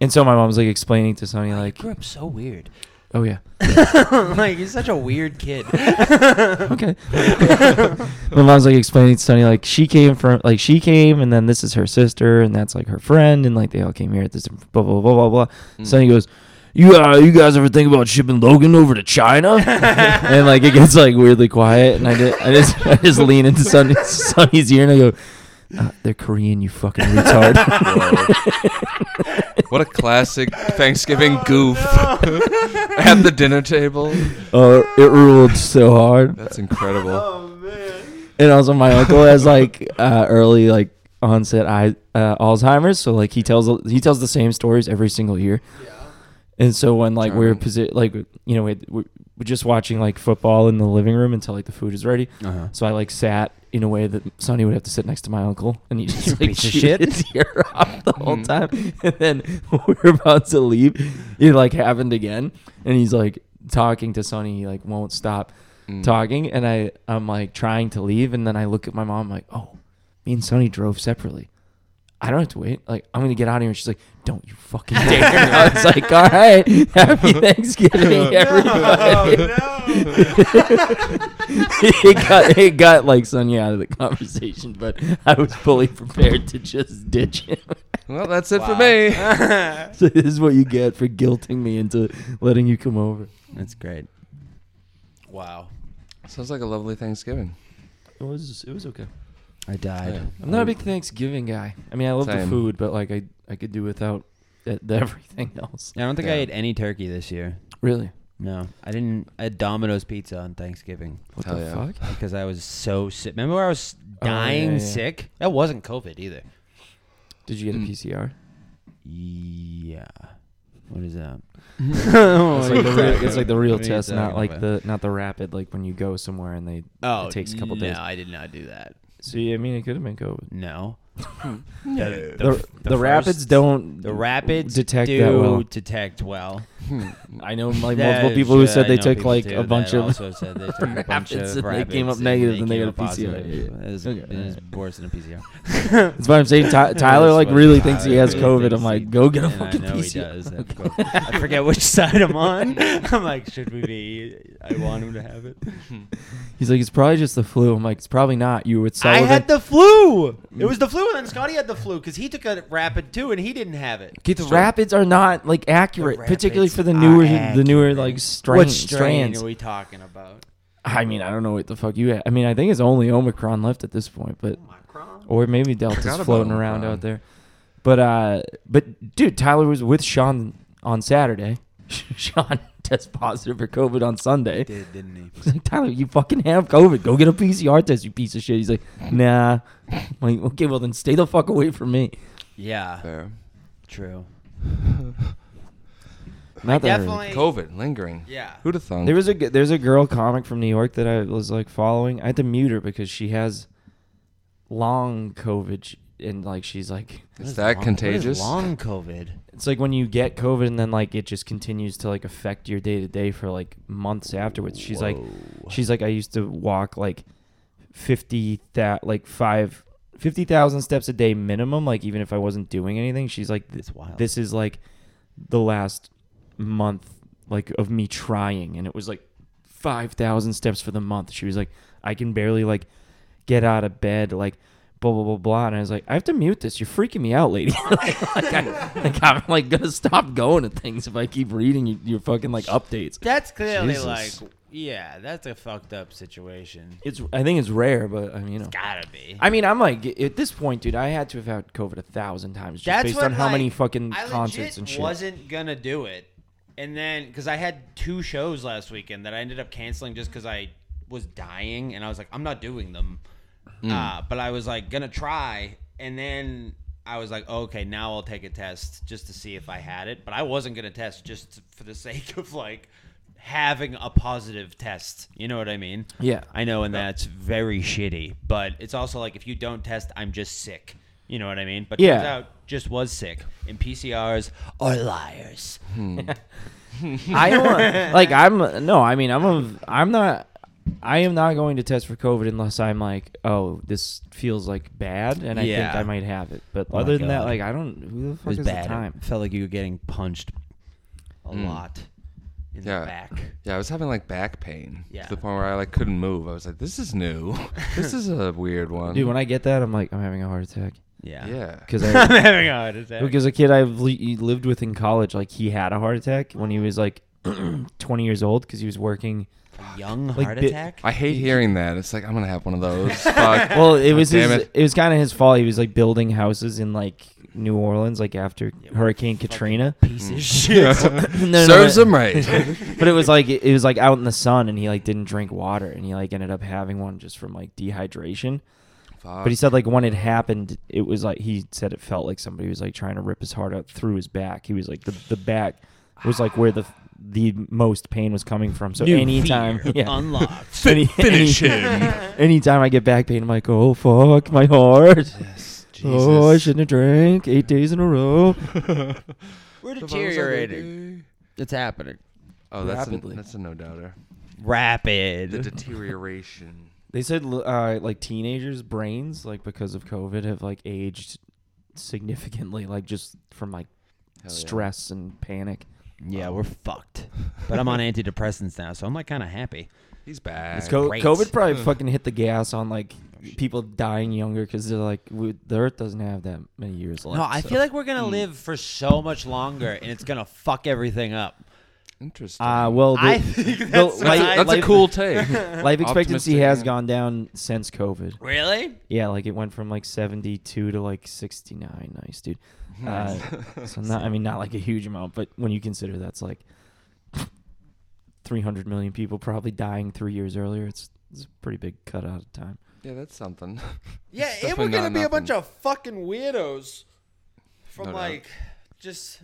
Speaker 2: and so my mom's like explaining to Sonny,
Speaker 1: I
Speaker 2: like,
Speaker 1: grew up so weird.
Speaker 2: "Oh yeah,
Speaker 1: like, he's such a weird kid.
Speaker 2: okay." my mom's like explaining to Sonny, like, she came from, like, she came, and then this is her sister, and that's like her friend, and like they all came here at this blah blah blah blah blah.
Speaker 3: Mm.
Speaker 2: Sonny goes. You, uh, you guys ever think about shipping Logan over to China? and like it gets like weirdly quiet, and I, did, I just I just lean into Sonny, Sonny's ear and I go, uh, "They're Korean, you fucking retard."
Speaker 3: What a classic Thanksgiving
Speaker 1: Oh,
Speaker 3: goof
Speaker 1: no.
Speaker 3: at the dinner table.
Speaker 2: Oh, it ruled so hard.
Speaker 3: That's incredible.
Speaker 1: oh, man.
Speaker 2: And also, my uncle has like uh, early like onset eye, uh, Alzheimer's, so like he tells he tells the same stories every single year. And so when like we were
Speaker 3: Darn.
Speaker 2: posi- like you know we had, we we're just watching like football in the living room until like the food is ready.
Speaker 1: Uh-huh.
Speaker 2: So I like sat in a way that Sonny would have to sit next to my uncle, and he
Speaker 1: You
Speaker 2: just like
Speaker 1: piece of
Speaker 2: chewed
Speaker 1: shit.
Speaker 2: his ear off the whole
Speaker 3: Mhm.
Speaker 2: time. And then when we were about to leave, it like happened again, and he's like talking to Sonny, he like won't stop. talking, and I I'm like trying to leave, and then I look at my mom like, oh, me and Sonny drove separately. I don't have to wait. Like I'm gonna get out of here. And she's like, don't you fucking dare. I was like, all right, happy Thanksgiving, everybody. it got it got like Sonya out of the conversation, but I was fully prepared to just ditch him.
Speaker 3: Well, that's it for me.
Speaker 2: so this is what you get for guilting me into letting you come over.
Speaker 1: That's great. Wow.
Speaker 3: Sounds like a lovely Thanksgiving.
Speaker 2: It was it was okay.
Speaker 1: I died.
Speaker 3: Yeah.
Speaker 2: I'm not a big Thanksgiving guy. I mean, I love the
Speaker 3: Same.
Speaker 2: food, but like I I could do without it, everything else.
Speaker 1: Yeah, I don't think I
Speaker 3: Yeah.
Speaker 1: ate any turkey this year.
Speaker 2: Really?
Speaker 1: No, I didn't. I had Domino's pizza on Thanksgiving
Speaker 2: What
Speaker 3: Hell
Speaker 2: the
Speaker 3: yeah.
Speaker 2: fuck?
Speaker 1: because I was so sick. Remember, I was
Speaker 2: Oh, yeah,
Speaker 1: dying
Speaker 2: yeah.
Speaker 1: sick. That wasn't COVID either.
Speaker 2: Did you get a
Speaker 3: Mm.
Speaker 2: PCR?
Speaker 1: Yeah. What is that?
Speaker 2: It's like the real, it's like the real
Speaker 1: What are you
Speaker 2: test, not
Speaker 1: talking
Speaker 2: like
Speaker 1: about?
Speaker 2: the not the rapid. Like when you go somewhere and they
Speaker 1: Oh,
Speaker 2: it takes a couple days.
Speaker 1: No, I did not do that. Hmm.
Speaker 2: So yeah, I mean, it could have been COVID.
Speaker 1: No.
Speaker 2: The the, rapids don't
Speaker 1: The rapids
Speaker 2: detect
Speaker 1: do
Speaker 2: that well.
Speaker 1: detect well.
Speaker 2: I know like
Speaker 1: That
Speaker 2: multiple
Speaker 1: is
Speaker 2: people who
Speaker 1: true. I
Speaker 2: said they
Speaker 1: know
Speaker 2: took
Speaker 1: people
Speaker 2: like
Speaker 1: do
Speaker 2: a
Speaker 1: that
Speaker 2: bunch of.
Speaker 1: also said they took a bunch
Speaker 2: rapids
Speaker 1: of
Speaker 2: and they came
Speaker 1: rapids
Speaker 2: up negative
Speaker 1: and
Speaker 2: and they
Speaker 1: came
Speaker 2: got
Speaker 1: up
Speaker 2: a PCR.
Speaker 1: positive.
Speaker 2: Yeah, yeah.
Speaker 1: It was,
Speaker 2: Okay.
Speaker 1: it was worse than a PCR.
Speaker 2: That's why I'm saying. Ty- Tyler
Speaker 1: That's
Speaker 2: like
Speaker 1: what
Speaker 2: really
Speaker 1: Tyler
Speaker 2: thinks he has
Speaker 1: really
Speaker 2: COVID.
Speaker 1: thinks
Speaker 2: I'm
Speaker 1: he-
Speaker 2: like, go get a
Speaker 1: and
Speaker 2: fucking
Speaker 1: I know he
Speaker 2: PCR.
Speaker 1: does. That's cool. I forget which side I'm on. I'm like, should we be? I want him to have it.
Speaker 2: He's like, it's probably just the flu. I'm like, it's probably not. You were at
Speaker 4: I
Speaker 2: Sullivan.
Speaker 4: had the flu.
Speaker 2: Mm.
Speaker 4: It was the flu, and then Scotty had the flu because he took a rapid too, and he didn't have it.
Speaker 2: Okay, the rapids are not like accurate, particularly
Speaker 1: rapids
Speaker 2: for the
Speaker 1: are
Speaker 2: newer, the newer
Speaker 1: accurate.
Speaker 2: like strain,
Speaker 1: strain
Speaker 2: strands.
Speaker 1: are we talking about?
Speaker 2: I mean, I don't know what the fuck you. Had. I mean, I think it's only Omicron left at this point, but or maybe Delta's
Speaker 3: Forgot about
Speaker 2: floating around
Speaker 3: Omicron.
Speaker 2: out there. But uh, but dude, Tyler was with Sean on Saturday. Sean test positive for COVID on Sunday.
Speaker 1: Did didn't he?
Speaker 2: He's like, Tyler, you fucking have COVID. Go get a PCR test, you piece of shit. He's like, nah. I'm like, okay, well then stay the fuck away from me.
Speaker 1: Yeah,
Speaker 3: Fair.
Speaker 1: true.
Speaker 2: Not that I really
Speaker 4: Definitely.
Speaker 3: COVID lingering.
Speaker 4: Yeah.
Speaker 3: Who'd have thunk?
Speaker 2: There was a g- there's a girl comic from New York that I was like following. I had to mute her because she has long COVID sh- and like she's like
Speaker 3: is that contagious?
Speaker 1: long COVID.
Speaker 2: it's like when you get COVID and then like it just continues to like affect your day to day for like months afterwards. She's like she's like I used to walk like fifty that like five. 50,000 steps a day minimum like even if I wasn't doing anything she's like th-
Speaker 1: That's wild.
Speaker 2: this is like the last month like of me trying and it was like 5000 steps for the month she was like i can barely like get out of bed like blah blah blah blah and i was like i have to mute this you're freaking me out lady like, I, like i'm like gonna stop going to things if i keep reading you, your fucking like updates
Speaker 4: That's clearly
Speaker 3: Jesus.
Speaker 4: like, yeah, that's a fucked up situation.
Speaker 2: it's i think it's rare but i mean you know
Speaker 4: Gotta be.
Speaker 2: I mean, I'm like at this point, dude. I had to have had COVID a thousand times just
Speaker 4: That's
Speaker 2: based
Speaker 4: what,
Speaker 2: on how many
Speaker 4: like,
Speaker 2: fucking
Speaker 4: I
Speaker 2: concerts
Speaker 4: legit
Speaker 2: and shit.
Speaker 4: wasn't gonna do it, and then because I had two shows last weekend that I ended up canceling just because I was dying, and I was like, I'm not doing them. Uh, but I was like gonna try, and then I was like, okay, now I'll take a test just to see if I had it. But I wasn't gonna test just for the sake of like having a positive test. You know what I mean?
Speaker 2: Yeah.
Speaker 4: I know, and that's very shitty. But it's also like if you don't test, I'm just sick. You know what I mean? But
Speaker 2: Yeah.
Speaker 4: turns out just was sick. And PCRs are liars.
Speaker 2: I don't like I'm no, I mean I'm a I'm not I am not going to test for COVID unless I'm like, oh, this feels like bad and I
Speaker 4: Yeah.
Speaker 2: think I might have it. But
Speaker 1: Oh my
Speaker 2: other than that,
Speaker 1: God.
Speaker 2: like uh, I don't who the
Speaker 1: It
Speaker 2: fuck
Speaker 1: was
Speaker 2: is
Speaker 1: bad.
Speaker 2: the
Speaker 1: Time.
Speaker 2: time?
Speaker 1: It felt like you were getting punched a
Speaker 3: Mm.
Speaker 1: lot in
Speaker 3: Yeah.
Speaker 1: the back.
Speaker 3: Yeah, I was having like back pain
Speaker 4: Yeah.
Speaker 3: to the point where I like couldn't move. I was like, "This is new. this is a weird one."
Speaker 2: Dude, when I get that, I'm like, I'm having a heart attack
Speaker 1: Yeah.
Speaker 3: yeah,
Speaker 2: because I
Speaker 4: I'm having a heart attack.
Speaker 2: because a kid I li- lived with in college, like he had a heart attack when he was like 20 years old because he was working.
Speaker 1: A young
Speaker 2: Like,
Speaker 1: heart
Speaker 2: bit-
Speaker 1: attack.
Speaker 3: I hate hearing that. It's like I'm gonna have one of those. Fuck.
Speaker 2: Well, it was his,
Speaker 3: damn
Speaker 2: it.
Speaker 3: it.
Speaker 2: was kind of his fault. He was like building houses in like New Orleans, like after Hurricane Katrina.
Speaker 1: Piece
Speaker 3: Mm.
Speaker 1: of shit.
Speaker 2: No, no,
Speaker 3: Serves
Speaker 2: but-
Speaker 3: him right.
Speaker 2: but it was like it was like out in the sun and he like didn't drink water and he like ended up having one just from like dehydration
Speaker 3: Fuck.
Speaker 2: but he said like when it happened it was like he said it felt like somebody was like trying to rip his heart out through his back he was like the, the back was like where the the most pain was coming from so anytime yeah
Speaker 1: Unlocked.
Speaker 2: any, finish him anytime i get back pain i'm like oh fuck my heart
Speaker 3: Yes,
Speaker 2: oh i
Speaker 3: Jesus.
Speaker 2: shouldn't have drank eight days in a
Speaker 1: We're
Speaker 2: row
Speaker 3: If I was like,
Speaker 1: deteriorating. It's happening.
Speaker 3: Oh, that's a,
Speaker 2: Rapidly.
Speaker 3: that's a no doubter.
Speaker 1: rapid.
Speaker 3: The deterioration.
Speaker 2: They said uh, like teenagers' brains, like because of COVID, have like aged significantly, like just from like
Speaker 3: Hell yeah.
Speaker 2: stress and panic.
Speaker 1: yeah, we're fucked. But I'm on antidepressants now, so I'm like kind of happy.
Speaker 3: He's bad.
Speaker 2: It's co-
Speaker 1: great. Oh,
Speaker 2: COVID probably fucking hit the gas on like people dying younger because they're like we, the Earth doesn't have that many years left.
Speaker 1: No, I
Speaker 2: so.
Speaker 1: feel like we're
Speaker 3: Mm.
Speaker 1: gonna live for so much longer, and it's gonna fuck everything up.
Speaker 3: Interesting.
Speaker 2: Uh, well,
Speaker 1: I
Speaker 2: the-
Speaker 1: think
Speaker 2: the
Speaker 1: that's
Speaker 2: life-
Speaker 1: what I-
Speaker 3: That's a
Speaker 2: life-
Speaker 3: cool take.
Speaker 2: Life expectancy
Speaker 3: Optimistic,
Speaker 2: has
Speaker 3: yeah.
Speaker 2: gone down since COVID.
Speaker 1: Really?
Speaker 2: Yeah, like it went from like 72 to like 69. Nice, dude. Uh, so not, I mean, not like a huge amount, but when you consider that's like 300 million people probably dying three years earlier, it's, it's a pretty big cut out of time.
Speaker 3: yeah, that's something.
Speaker 4: Yeah,
Speaker 3: It's
Speaker 4: and we're
Speaker 3: definitely
Speaker 4: gonna
Speaker 3: not
Speaker 4: be a bunch
Speaker 3: nothing.
Speaker 4: of fucking weirdos from
Speaker 3: No doubt.
Speaker 4: like just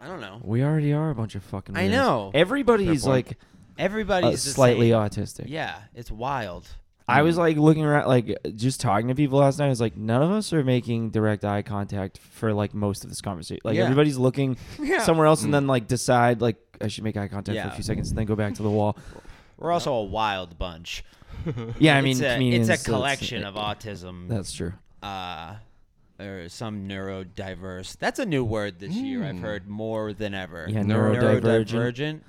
Speaker 4: I don't know.
Speaker 2: We already are a bunch of fucking.
Speaker 4: I
Speaker 2: weirdos.
Speaker 4: know.
Speaker 2: Everybody's
Speaker 3: Fair point.
Speaker 2: like uh,
Speaker 1: Everybody's the
Speaker 2: slightly
Speaker 1: same.
Speaker 2: autistic.
Speaker 1: Yeah, it's wild.
Speaker 2: I
Speaker 1: Mm.
Speaker 2: was like looking around, like just talking to people last night. I was like, none of us are making direct eye contact for like most of this conversation. Like
Speaker 1: Yeah.
Speaker 2: everybody's looking somewhere else and
Speaker 3: Mm.
Speaker 2: then like decide like I should make eye contact for
Speaker 1: Yeah.
Speaker 2: a few seconds and then go back to the wall.
Speaker 1: We're also a wild bunch.
Speaker 2: Yeah, I mean,
Speaker 1: it's a,
Speaker 2: comedians,
Speaker 1: it's a
Speaker 2: that's-
Speaker 1: collection of autism,
Speaker 2: That's true.
Speaker 1: uh, or some neurodiverse. That's a new word this year. I've
Speaker 3: Mm.
Speaker 1: heard more than ever.
Speaker 2: Yeah,
Speaker 1: neurodivergent.
Speaker 2: neurodivergent.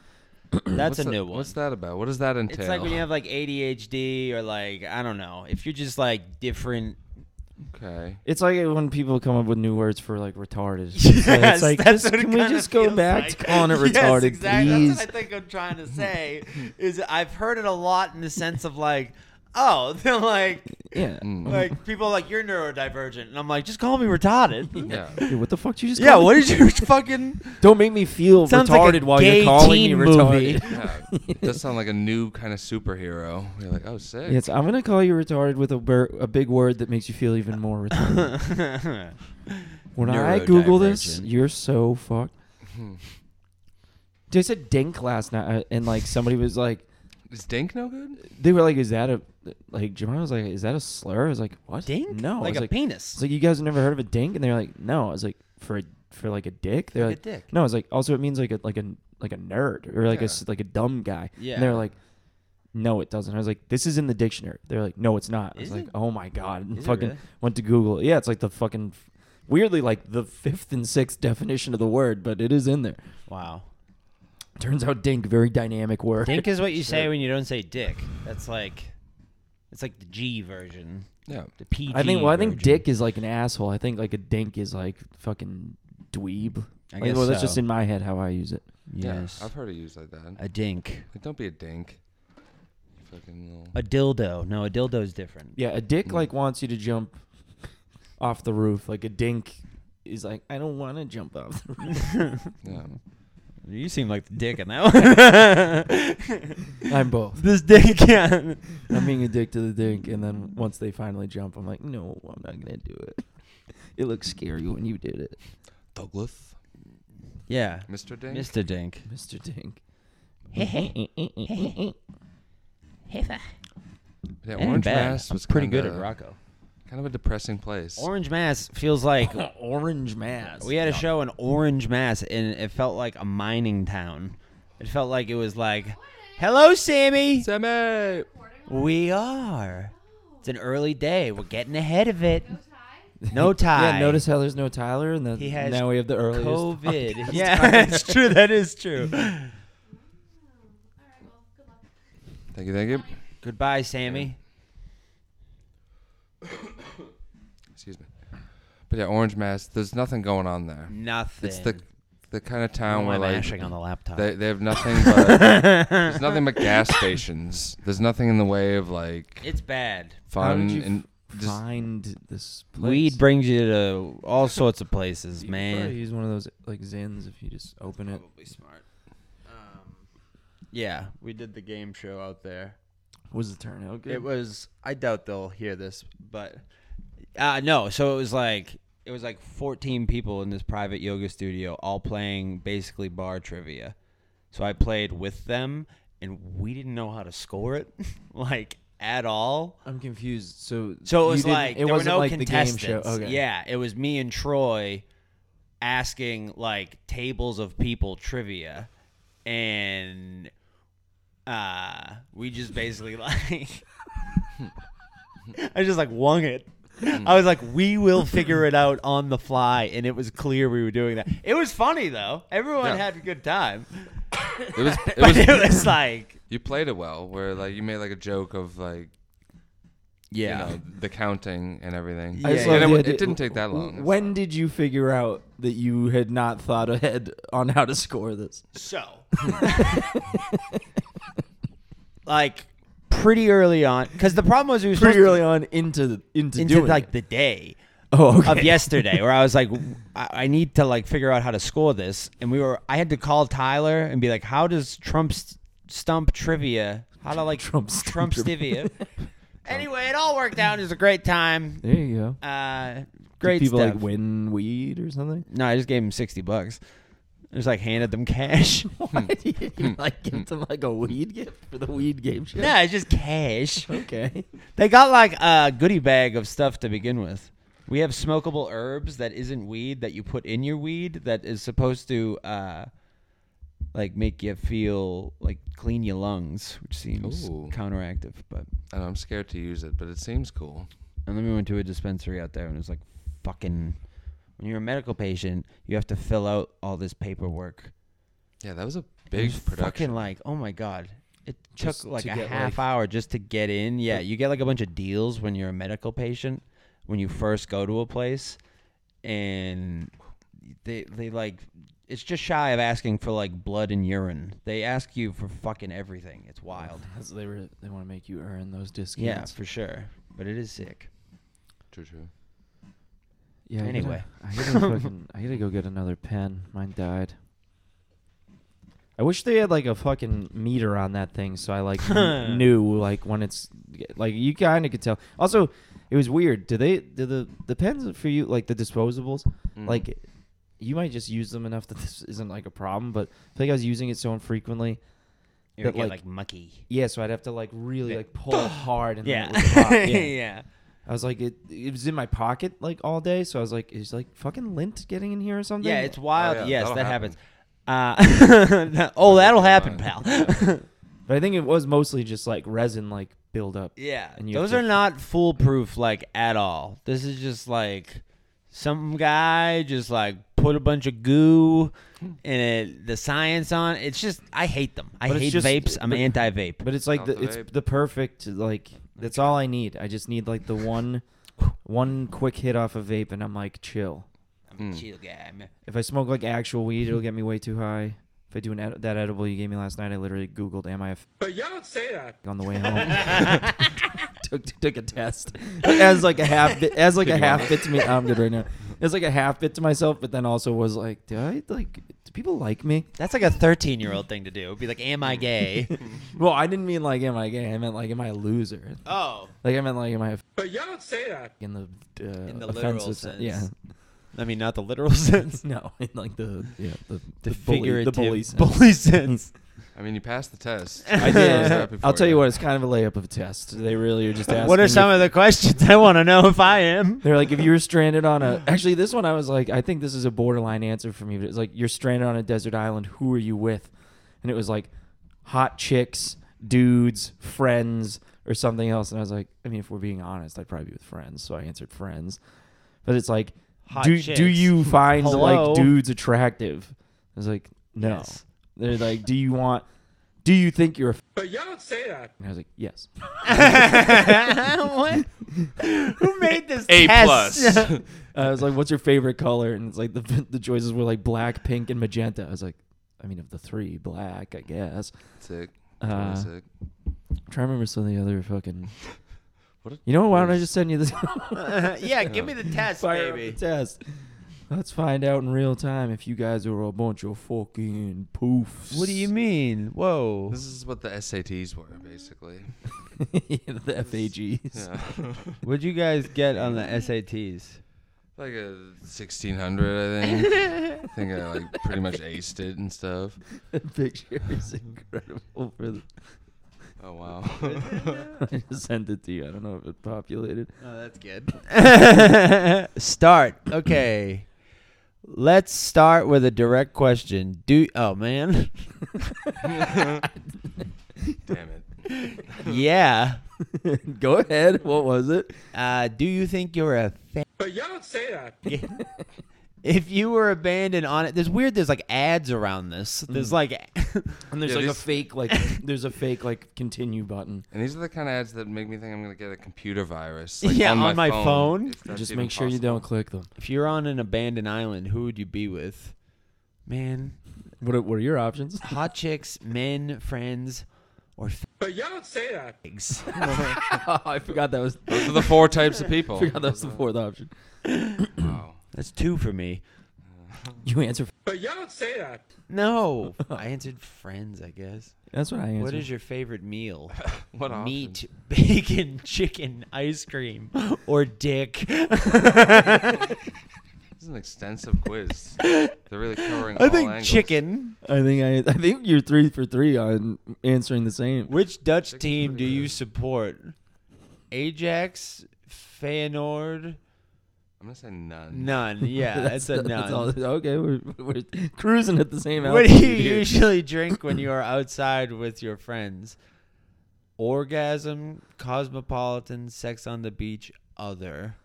Speaker 1: That's
Speaker 3: What's
Speaker 1: a
Speaker 3: that-
Speaker 1: new one.
Speaker 3: What's that about? What does that entail?
Speaker 1: It's like when you have like ADHD or like I don't know. If you're just like different.
Speaker 3: okay.
Speaker 2: It's like when people come up with new words for like retarded. It's like- it's like, just- can we just go back to calling it retarded,
Speaker 1: yes, exactly.
Speaker 2: please?
Speaker 1: That's what I think I'm trying to say. Is I've heard it a lot in the sense of like, oh, they're like,
Speaker 2: yeah.
Speaker 3: Mm.
Speaker 1: like people are like you're neurodivergent, and I'm like, just call me retarded.
Speaker 3: Yeah.
Speaker 2: Dude, what the fuck did you just?
Speaker 1: yeah,
Speaker 2: call me?
Speaker 1: what did you fucking?
Speaker 2: Don't make me feel
Speaker 1: Sounds like
Speaker 2: retarded
Speaker 1: a
Speaker 2: while
Speaker 1: gay
Speaker 2: you're calling
Speaker 1: teen
Speaker 2: me
Speaker 1: movie.
Speaker 2: retarded.
Speaker 3: yeah. It does sound like a new kind of superhero. You're like, oh, sick.
Speaker 2: Yes, I'm gonna call you retarded with a ber- a big word that makes you feel even more retarded. When I Google this,
Speaker 1: Neurodivergent.
Speaker 2: you're so fucked.
Speaker 1: Hmm.
Speaker 2: Dude, I said dink last night, uh, and like somebody was like,
Speaker 3: Is Dink no good?
Speaker 2: they were like, "Is that a like?" Jamon was like, "Is that a slur?" I was like, "What?
Speaker 1: Dink?
Speaker 2: No, I
Speaker 1: like
Speaker 2: was
Speaker 1: a
Speaker 2: like, It's
Speaker 1: penis.
Speaker 2: like you guys have never heard of a dink, and they're like, "No." I was like, "For a, for like a dick?" They're
Speaker 1: Like
Speaker 2: like,
Speaker 1: a dick.
Speaker 2: No, I was like, also it means like a like a like a nerd or like a s- like a dumb guy.
Speaker 1: Yeah.
Speaker 2: And they're like. No, it doesn't. I was like, "This is in the dictionary." They're like, "No, it's not." I was
Speaker 1: Is
Speaker 2: like,
Speaker 1: it?
Speaker 2: "Oh my god!" And
Speaker 1: Is it
Speaker 2: fucking
Speaker 1: really?
Speaker 2: went to Google. Yeah, it's like the fucking, weirdly like the fifth and sixth definition of the word, but it is in there.
Speaker 1: wow.
Speaker 2: Turns out, dink very dynamic word.
Speaker 1: Dink is what you say when you don't say dick. That's like, it's like the G version,
Speaker 3: Yeah.
Speaker 1: the PG.
Speaker 2: I think. Well, I think
Speaker 1: version.
Speaker 2: dick is like an asshole. I think like a dink is like fucking dweeb.
Speaker 1: I
Speaker 2: Like,
Speaker 1: guess
Speaker 2: well, that's
Speaker 1: so.
Speaker 2: just in my head how I use it.
Speaker 1: Yes.
Speaker 3: Yeah. I've heard it used like that.
Speaker 1: a dink.
Speaker 3: Like, don't be a dink. You Fucking little.
Speaker 1: A dildo. No, a dildo's different.
Speaker 2: Yeah, a dick
Speaker 3: Mm.
Speaker 2: like wants you to jump off the roof. Like a dink is like, I don't want to jump off. The roof.
Speaker 3: yeah.
Speaker 1: You seem like the dick in that one.
Speaker 2: I'm both.
Speaker 1: this dick, yeah.
Speaker 2: I'm being a dick to the dink, and then once they finally jump, I'm like, no, I'm not gonna do it. It looks scary when you did it,
Speaker 3: Douglas.
Speaker 1: Yeah.
Speaker 3: Mr. Dink.
Speaker 1: Mr. Dink.
Speaker 2: Mr. Dink.
Speaker 3: Yeah,
Speaker 1: That ain't
Speaker 3: Orange
Speaker 1: bad.
Speaker 3: Mass
Speaker 1: I'm
Speaker 3: was
Speaker 1: pretty good
Speaker 3: kinda-
Speaker 1: at Rocco.
Speaker 3: Kind of a depressing place.
Speaker 1: Orange Mass feels like
Speaker 2: Orange mass.
Speaker 1: we had a show in Orange Mass, and it felt like a mining town. It felt like it was like, "Hello, Sammy."
Speaker 3: Sammy!
Speaker 1: We are. It's an early day. We're getting ahead of it. No tie.
Speaker 2: Yeah, notice how there's no Tyler, and then
Speaker 1: He has
Speaker 2: now we have the earliest.
Speaker 1: COVID. Yeah, that's true. That is true.
Speaker 3: Thank you, thank you.
Speaker 1: Goodbye, Sammy.
Speaker 3: Excuse me. But yeah, Orange Mass, there's nothing going on there.
Speaker 1: Nothing.
Speaker 3: It's the the kind of
Speaker 1: Why
Speaker 3: town
Speaker 1: am
Speaker 3: where
Speaker 1: I
Speaker 3: like
Speaker 1: mashing on the laptop.
Speaker 3: they, they have nothing but there's nothing but gas stations. There's nothing in the way of like
Speaker 1: it's bad.
Speaker 2: How
Speaker 3: fun
Speaker 2: did you
Speaker 3: and
Speaker 2: f-
Speaker 3: just
Speaker 2: find this place?
Speaker 1: Weed brings you to all sorts of places,
Speaker 2: You could probably
Speaker 1: man.
Speaker 2: Use one of those like Zins if you just open it.
Speaker 1: smart. Um, yeah, we did the game show out there.
Speaker 2: Was the turnout good?
Speaker 1: It was. I doubt they'll hear this, but uh, no. So it was like it was like 14 people in this private yoga studio, all playing basically bar trivia. So I played with them, and we didn't know how to score it, like at all.
Speaker 2: I'm confused. So,
Speaker 1: So
Speaker 2: you
Speaker 1: it was
Speaker 2: didn't-
Speaker 1: like
Speaker 2: it
Speaker 1: there were
Speaker 2: wasn't
Speaker 1: no
Speaker 2: like
Speaker 1: contestants.
Speaker 2: the game show. Okay.
Speaker 1: Yeah, it was me and Troy asking like tables of people trivia, and uh, we just basically like I just like wung it.
Speaker 2: Hmm.
Speaker 1: I was like, we will figure it out on the fly, and it was clear we were doing that. It was funny though; everyone
Speaker 3: Yeah.
Speaker 1: had a good time.
Speaker 3: It was. It
Speaker 1: But it
Speaker 3: was.
Speaker 1: was like,
Speaker 3: you played it well, where like you made like a joke of like you know the counting and everything.
Speaker 1: I just
Speaker 3: And
Speaker 1: love
Speaker 3: it,
Speaker 2: the
Speaker 3: wa-
Speaker 2: idea-
Speaker 3: it didn't take that long.
Speaker 2: When did you figure out that you had not thought ahead on how to score this?
Speaker 1: So, like, pretty early on, because the problem was we were
Speaker 2: Pretty
Speaker 1: supposed to-
Speaker 2: early on into into,
Speaker 1: into
Speaker 2: doing
Speaker 1: like
Speaker 2: it.
Speaker 1: the day
Speaker 2: oh okay.
Speaker 1: of yesterday, where I was like, w- I, I need to like figure out how to score this, and we were, I had to call Tyler and be like, how does Trump's stump trivia? How to like
Speaker 2: Trump stump
Speaker 1: Trump
Speaker 2: trivia.
Speaker 1: stivia? anyway, it all worked out. It was a great time.
Speaker 2: There you go.
Speaker 1: Uh,
Speaker 2: Did
Speaker 1: great
Speaker 2: people
Speaker 1: stuff. Hmm.
Speaker 2: like win weed or something.
Speaker 1: No, I just gave him sixty bucks. I just like handed them cash.
Speaker 2: Why did you
Speaker 1: Hmm.
Speaker 2: even, like give them like a weed gift for the weed game show?
Speaker 1: no, it's just cash.
Speaker 2: Okay.
Speaker 1: They got like a goodie bag of stuff to begin with. We have smokable herbs that isn't weed that you put in your weed that is supposed to uh, like make you feel like clean your lungs, which seems
Speaker 3: Ooh.
Speaker 1: counteractive. But
Speaker 3: I know, I'm scared to use it, but it seems cool.
Speaker 1: and then we went to a dispensary out there and it was like fucking. When you're a medical patient, you have to fill out all this paperwork.
Speaker 3: Yeah, that was a
Speaker 1: It
Speaker 3: big
Speaker 1: was
Speaker 3: production.
Speaker 1: Fucking like, oh my god. It
Speaker 2: Just
Speaker 1: took like
Speaker 2: to
Speaker 1: a
Speaker 2: get,
Speaker 1: half
Speaker 2: like-
Speaker 1: hour just to get in. Yeah, you get like a bunch of deals when you're a medical patient when you first go to a place and they they like it's just shy of asking for like blood and urine. They ask you for fucking everything. It's wild.
Speaker 2: they were they want to make you earn those discounts.
Speaker 1: Yeah, for sure. But it is sick.
Speaker 3: True, true.
Speaker 2: Yeah. I
Speaker 1: Anyway.
Speaker 2: gotta, I, gotta fucking, I gotta go get another pen. Mine died. I wish they had like a fucking meter on that thing, so I like kn- knew like when it's like you kind of could tell. Also, it was weird. Do they do the the pens for you like the disposables?
Speaker 3: Mm.
Speaker 2: Like you might just use them enough that this isn't like a problem. But I think I was using it so infrequently.
Speaker 1: You
Speaker 2: That,
Speaker 1: get like,
Speaker 2: like-
Speaker 1: mucky.
Speaker 2: Yeah, so I'd have to like really
Speaker 1: Yeah.
Speaker 2: like pull hard and
Speaker 1: Yeah.
Speaker 2: then it would pop. yeah.
Speaker 1: yeah.
Speaker 2: I was like, it, it was in my pocket like all day, so I was like, is like fucking lint getting in here or something?
Speaker 1: Yeah, it's wild.
Speaker 3: Oh, yeah,
Speaker 1: yes,
Speaker 3: that'll
Speaker 1: that
Speaker 3: happen.
Speaker 1: happens. Uh, oh, that'll happen,
Speaker 3: Fine.
Speaker 1: pal.
Speaker 2: But I think it was mostly just like resin like buildup.
Speaker 1: Yeah,
Speaker 2: And you
Speaker 1: those
Speaker 2: have
Speaker 1: are
Speaker 2: to-
Speaker 1: not foolproof like at all. This is just like some guy just like put a bunch of goo and it, the science on. It's just I hate them. I
Speaker 2: But it's
Speaker 1: hate
Speaker 2: just-
Speaker 1: vapes. I'm
Speaker 2: but-
Speaker 1: anti-vape.
Speaker 2: But it's like
Speaker 3: Not
Speaker 2: the,
Speaker 3: the
Speaker 2: it's
Speaker 3: vape.
Speaker 2: the perfect like that's all I need. I just need like the one one quick hit off of vape and I'm like chill.
Speaker 1: I'm a
Speaker 3: Mm.
Speaker 1: chill guy. man.
Speaker 2: If I smoke like actual weed, it'll get me way too high. If I do an ed- that edible you gave me last night, I literally Googled "Am I a?" F-" But y'all don't say that. On the way home, took took a test as like a half bit, as like a half bit to me. I'm good right now. It's like a half bit to myself, but then also was like, do I like? Do people like me?
Speaker 1: That's like a 13 year old thing to do. It'd be like, am I gay?
Speaker 2: Well, I didn't mean like am I gay. I meant like am I a loser?
Speaker 1: oh,
Speaker 2: Like I meant like am I? A but y'all don't say that. In the uh,
Speaker 1: In the literal
Speaker 2: offensive
Speaker 1: sense.
Speaker 2: yeah.
Speaker 1: I mean not the literal sense,
Speaker 2: No, in like the yeah the
Speaker 1: the,
Speaker 2: bully-
Speaker 1: figurative
Speaker 2: the bully
Speaker 1: bully,
Speaker 2: sense.
Speaker 1: sense.
Speaker 3: I mean, you passed the test.
Speaker 2: I
Speaker 3: was
Speaker 2: did.
Speaker 3: happy
Speaker 2: I'll
Speaker 3: for
Speaker 2: tell you what, it's kind of a layup of a test. They really are just asking.
Speaker 1: what are some
Speaker 2: if-
Speaker 1: of the questions I want to know if I am?
Speaker 2: They're like, if you were stranded on a. Actually, this one I was like, I think this is a borderline answer for me, but it's like, you're stranded on a desert island. Who are you with? And it was like, hot chicks, dudes, friends, or something else. And I was like, I mean, if we're being honest, I'd probably be with friends. So I answered friends. But it's like,
Speaker 1: Hot
Speaker 2: do,
Speaker 1: chicks.
Speaker 2: do you find
Speaker 1: Hello?
Speaker 2: like dudes attractive? I was like, no.
Speaker 1: Yes.
Speaker 2: They're like, do you want. Do you think you're a. But y'all don't say that. And I was like, yes.
Speaker 1: what? Who made this
Speaker 3: A
Speaker 1: test?
Speaker 3: plus.
Speaker 2: I was like, "What's your favorite color?" And it's like the the choices were like black, pink, and magenta. I was like, "I mean, of the three, black, I guess."
Speaker 3: Sick.
Speaker 2: Uh,
Speaker 3: Totally sick.
Speaker 2: I'm trying to remember some of the other fucking.
Speaker 3: What a-
Speaker 2: You know what? Why
Speaker 3: what
Speaker 2: don't I
Speaker 3: is-
Speaker 2: just send you this
Speaker 1: yeah, give me the test,
Speaker 2: fire up
Speaker 1: baby.
Speaker 2: the test? Let's find out in real time if you guys are a bunch of fucking poofs.
Speaker 1: mean? Whoa.
Speaker 3: This is what the SATs were, basically.
Speaker 2: the FAGs.
Speaker 3: Yeah.
Speaker 1: What'd you guys get on the SATs?
Speaker 3: like a 1600, I think. I think I like pretty much aced it and stuff.
Speaker 2: The picture is incredible. For the,
Speaker 3: Oh, wow.
Speaker 2: I just sent it to you. I don't know if it populated.
Speaker 1: Oh, that's good. start. Okay. Let's start with a direct question. Do oh man.
Speaker 3: Damn it.
Speaker 1: yeah.
Speaker 2: Go ahead. What was it?
Speaker 1: Uh, do you think you're a fan?
Speaker 5: But y'all don't say that.
Speaker 1: If you were abandoned on it, there's weird. There's like ads around this. There's like,
Speaker 2: Mm. And there's
Speaker 3: Yeah,
Speaker 2: like a
Speaker 3: these-
Speaker 2: fake like there's a fake like continue button.
Speaker 3: And these are the kind of ads that make me think I'm gonna get a computer virus. like,
Speaker 4: Yeah,
Speaker 3: on
Speaker 4: on my phone.
Speaker 3: if that's
Speaker 2: Just
Speaker 3: even
Speaker 2: make sure you
Speaker 3: possible.
Speaker 2: don't click them.
Speaker 1: if you're on an abandoned island, who would you be with? Man,
Speaker 2: What are, what are your options?
Speaker 1: hot chicks, men, friends, or
Speaker 5: But y'all don't say that.
Speaker 1: fags.
Speaker 2: I forgot that was
Speaker 3: Those are the four types of people.
Speaker 2: forgot that was the fourth option.
Speaker 3: Wow.
Speaker 1: That's two for me.
Speaker 2: You answer. f-
Speaker 5: But y'all don't say that.
Speaker 1: No, I answered friends. I guess.
Speaker 2: That's what I answered.
Speaker 1: What is your favorite meal?
Speaker 3: What option?
Speaker 1: Meat, bacon, chicken, ice cream, or dick.
Speaker 3: This is an extensive quiz. They're really covering.
Speaker 1: I
Speaker 3: all
Speaker 1: think
Speaker 3: angles.
Speaker 1: chicken.
Speaker 2: I think I I think you're three for three on answering the same.
Speaker 1: Which Dutch
Speaker 3: Chicken's
Speaker 1: team do
Speaker 3: pretty
Speaker 1: you
Speaker 3: good.
Speaker 1: support? Ajax, Feyenoord,
Speaker 3: I'm gonna say none.
Speaker 1: none. Yeah, that's, a
Speaker 2: that's all-
Speaker 1: none.
Speaker 2: okay, we're, we're cruising at the same
Speaker 1: what do
Speaker 2: altitude.
Speaker 1: you
Speaker 2: here.
Speaker 1: usually drink when you are outside with your friends? Orgasm, cosmopolitan, sex on the beach, other.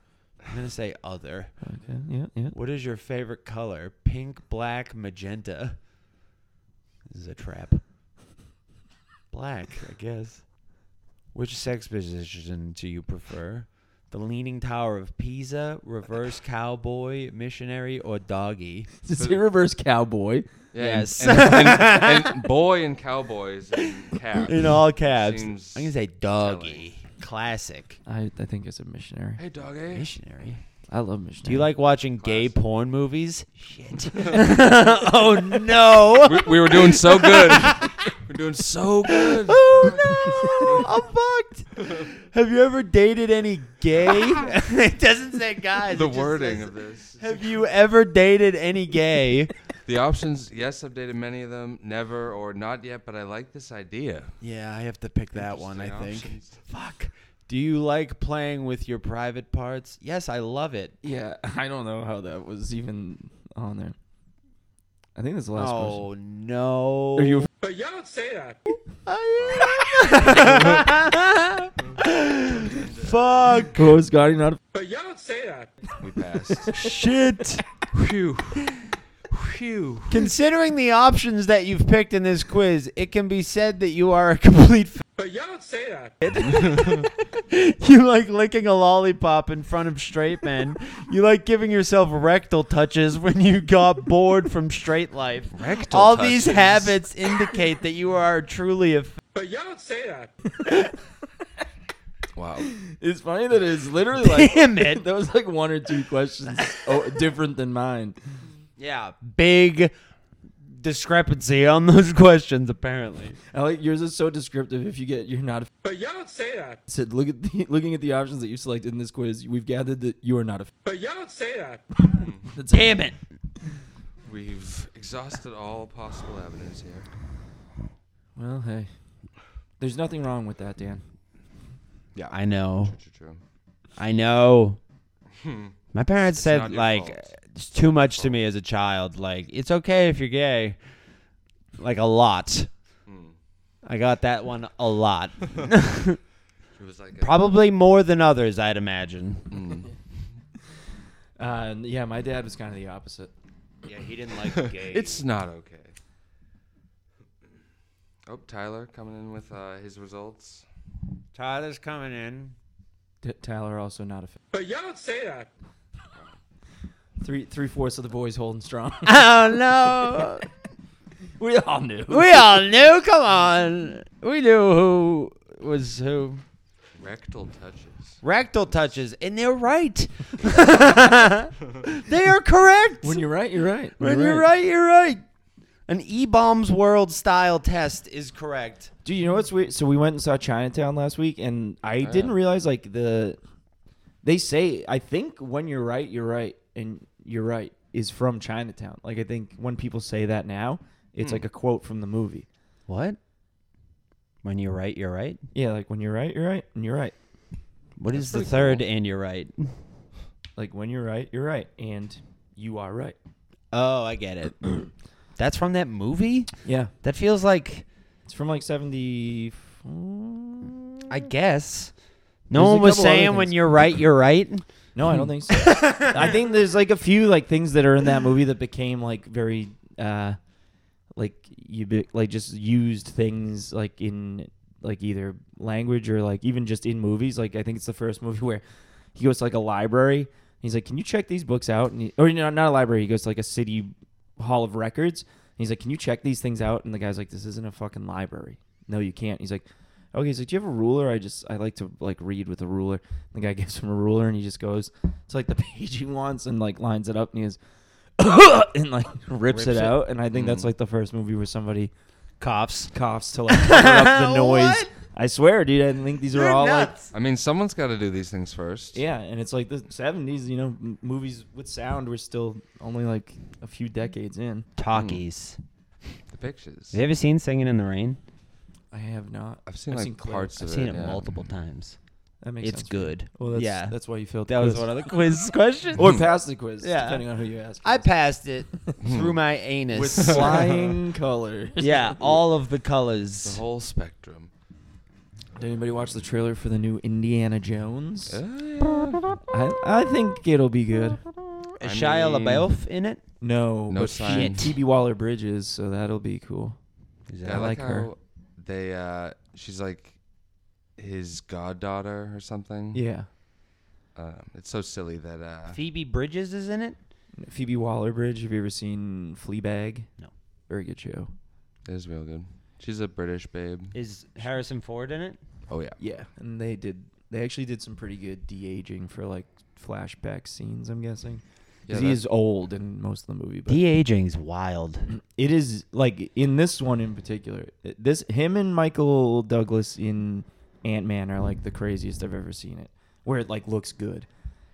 Speaker 1: I'm gonna say other.
Speaker 2: Okay, yeah, yeah.
Speaker 1: What is your favorite color? Pink, black, magenta. This is a trap. Black, I guess. Which sex position do you prefer? The Leaning Tower of Pisa, reverse cowboy, missionary, or doggy?
Speaker 2: Just say reverse cowboy.
Speaker 3: Yeah,
Speaker 1: Yes.
Speaker 3: And, and, and, and boy and cowboys and cats.
Speaker 1: In all caps.
Speaker 3: Seems
Speaker 1: I'm going to say doggy. Classic.
Speaker 2: I, I think it's a missionary.
Speaker 3: Hey, doggy.
Speaker 1: Missionary.
Speaker 2: I love missionary.
Speaker 1: Do you like watching gay porn movies? Shit. oh, no.
Speaker 3: We, we were doing so good. we're doing so good.
Speaker 1: Oh no, I'm fucked. Have you ever dated any gay? it doesn't say guys.
Speaker 3: The
Speaker 1: it just
Speaker 3: wording
Speaker 1: says,
Speaker 3: of this.
Speaker 1: Have you ever dated any gay?
Speaker 3: The options. Yes, I've dated many of them. Never or not yet. But I like this idea.
Speaker 1: yeah, I have to pick that one. I think.
Speaker 3: Interesting options.
Speaker 1: Fuck. Do you like playing with your private parts? Yes, I love it.
Speaker 2: Yeah, I don't know how that was even on there. I think that's the last
Speaker 1: oh no.
Speaker 2: question. Are you?
Speaker 5: But y'all don't say that.
Speaker 1: I am. Fuck.
Speaker 2: Oh, Scotty, not.
Speaker 5: But y'all don't say that.
Speaker 3: We passed.
Speaker 1: Shit.
Speaker 3: Phew. Phew.
Speaker 1: Considering the options that you've picked in this quiz, it can be said that you are a complete
Speaker 5: But y'all don't say that.
Speaker 1: You like licking a lollipop in front of straight men. You like giving yourself rectal touches when you got bored from straight life.
Speaker 3: Rectal
Speaker 1: All these
Speaker 3: touches.
Speaker 1: habits indicate that you are truly a. F-
Speaker 5: But y'all don't say that.
Speaker 3: Wow.
Speaker 2: It's funny that it's literally like.
Speaker 1: Damn it.
Speaker 2: That was like one or two questions oh, different than mine.
Speaker 1: Yeah, big discrepancy on those questions apparently.
Speaker 2: I like yours is so descriptive. If you get, you're not. A,
Speaker 5: But y'all don't say that.
Speaker 2: said, look at the looking at the options that you selected in this quiz. We've gathered that you are not a.
Speaker 5: But y'all don't say that.
Speaker 2: That's
Speaker 1: Damn it.
Speaker 3: We've exhausted all possible avenues here.
Speaker 2: Well, hey, there's nothing wrong with that, Dan.
Speaker 1: I know.
Speaker 3: True, true, true.
Speaker 1: I know. My parents
Speaker 3: not
Speaker 1: said
Speaker 3: your
Speaker 1: like
Speaker 3: fault.
Speaker 1: it's too much to me as a child. Like it's okay if you're gay. Like a lot. Hmm. I got that one a lot.
Speaker 3: It was like a,
Speaker 1: Probably more than others, I'd imagine.
Speaker 2: Uh, yeah, my dad was kind of the opposite.
Speaker 1: Yeah, he didn't like gay.
Speaker 3: It's not okay. Oh, Tyler coming in with uh, his results.
Speaker 1: Tyler's coming in.
Speaker 2: T- Tyler also not a. Fan.
Speaker 5: But y'all don't say that.
Speaker 2: Three three fourths of the boys holding strong.
Speaker 1: Oh no.
Speaker 2: we all knew.
Speaker 1: we all knew, come on. We knew who was who.
Speaker 3: Rectal touches.
Speaker 1: Rectal touches, and they're right. they are correct.
Speaker 2: When you're right, you're right.
Speaker 1: When you're right, you're right. An E bombs world style test is correct.
Speaker 2: Dude, you know what's weird? So we went and saw Chinatown last week, and I didn't realize like the they say I think when you're right, you're right, and you're right is from Chinatown. Like I think when people say that now, it's like a quote from the movie.
Speaker 1: What? When you're right, you're right.
Speaker 2: Yeah, like when you're right, you're right, and you're right.
Speaker 1: What is the
Speaker 3: pretty
Speaker 1: third
Speaker 3: cool.
Speaker 1: and you're right?
Speaker 2: Like when you're right, you're right, and you are right.
Speaker 1: Oh, I get it. That's from that movie?
Speaker 2: Yeah,
Speaker 1: That feels like
Speaker 2: it's It's from like 70.
Speaker 1: I guess.
Speaker 4: No
Speaker 2: There's a
Speaker 4: one was
Speaker 2: couple other
Speaker 4: saying when
Speaker 2: things.
Speaker 4: you're right, you're right.
Speaker 2: No, I don't think so. I think there's like a few like things that are in that movie that became like very uh like ubi- like just used things like in like either language or like even just in movies. Like I think it's the first movie where he goes to like a library. and He's like, "Can you check these books out?" And he, or no, not a library. He goes to like a city hall of records. And he's like, "Can you check these things out?" And the guy's like, "This isn't a fucking library. No, you can't." He's like, "Okay, he's like, do you have a ruler? I just I like to like read with a ruler." And the guy gives him a ruler, and he just goes to like the page he wants and like lines it up, and he goes and like rips, it, out. And I think
Speaker 1: Mm.
Speaker 2: that's like the first movie where somebody
Speaker 1: Cops.
Speaker 2: coughs to like cover up the noise.
Speaker 4: What?
Speaker 2: I swear, dude, I think these are all like
Speaker 3: I mean, someone's got to do these things first.
Speaker 2: yeah, and it's like the '70s. You know, m- movies with sound were still only like a few decades in.
Speaker 1: Talkies.
Speaker 3: The pictures.
Speaker 1: Have you ever seen Singing in the Rain?
Speaker 2: I have not.
Speaker 3: I've seen
Speaker 2: I've
Speaker 3: like
Speaker 2: seen clips.
Speaker 3: parts of
Speaker 1: I've seen it
Speaker 3: yeah.
Speaker 1: multiple times.
Speaker 2: That makes
Speaker 1: It's
Speaker 2: sense.
Speaker 1: good.
Speaker 2: Well, that's,
Speaker 1: yeah.
Speaker 2: that's why you failed.
Speaker 1: that
Speaker 2: the
Speaker 1: was
Speaker 2: quiz.
Speaker 1: one of the quiz questions.
Speaker 2: or pass the quiz,
Speaker 1: Yeah.
Speaker 2: depending on who you ask.
Speaker 4: I passed it through my anus.
Speaker 2: with flying colors.
Speaker 1: Hmm. yeah, all of the
Speaker 3: The
Speaker 1: colors.
Speaker 3: whole spectrum.
Speaker 2: Did anybody watch the trailer for the new Indiana Jones?
Speaker 3: Uh,
Speaker 2: I I think it'll be good.
Speaker 3: I
Speaker 1: Is Shia
Speaker 3: mean-
Speaker 1: LaBeouf in it?
Speaker 2: No,
Speaker 3: No
Speaker 2: but
Speaker 3: sign.
Speaker 2: TB Waller Bridges, so that'll be cool.
Speaker 1: Is
Speaker 3: I,
Speaker 1: that
Speaker 3: like,
Speaker 2: like her.
Speaker 3: how they. Uh, she's like his goddaughter or something.
Speaker 2: Yeah,
Speaker 3: Um, it's so silly that. Uh,
Speaker 1: Phoebe Bridges is in it?
Speaker 2: Phoebe Waller Bridge. Have you ever seen Fleabag?
Speaker 1: No.
Speaker 2: Very good show.
Speaker 3: it is real good. She's a British babe.
Speaker 1: Is Harrison Ford in it?
Speaker 3: Oh yeah.
Speaker 2: Yeah, and they did. They actually did some pretty good de aging for like flashback scenes. I'm guessing
Speaker 3: Yeah,
Speaker 2: because
Speaker 3: that-
Speaker 2: he is old in most of the movie. But
Speaker 1: De aging's wild.
Speaker 2: it is like in this one in particular. it- This him and Michael Douglas in Ant Man are like the craziest I've ever seen it, where it like looks good.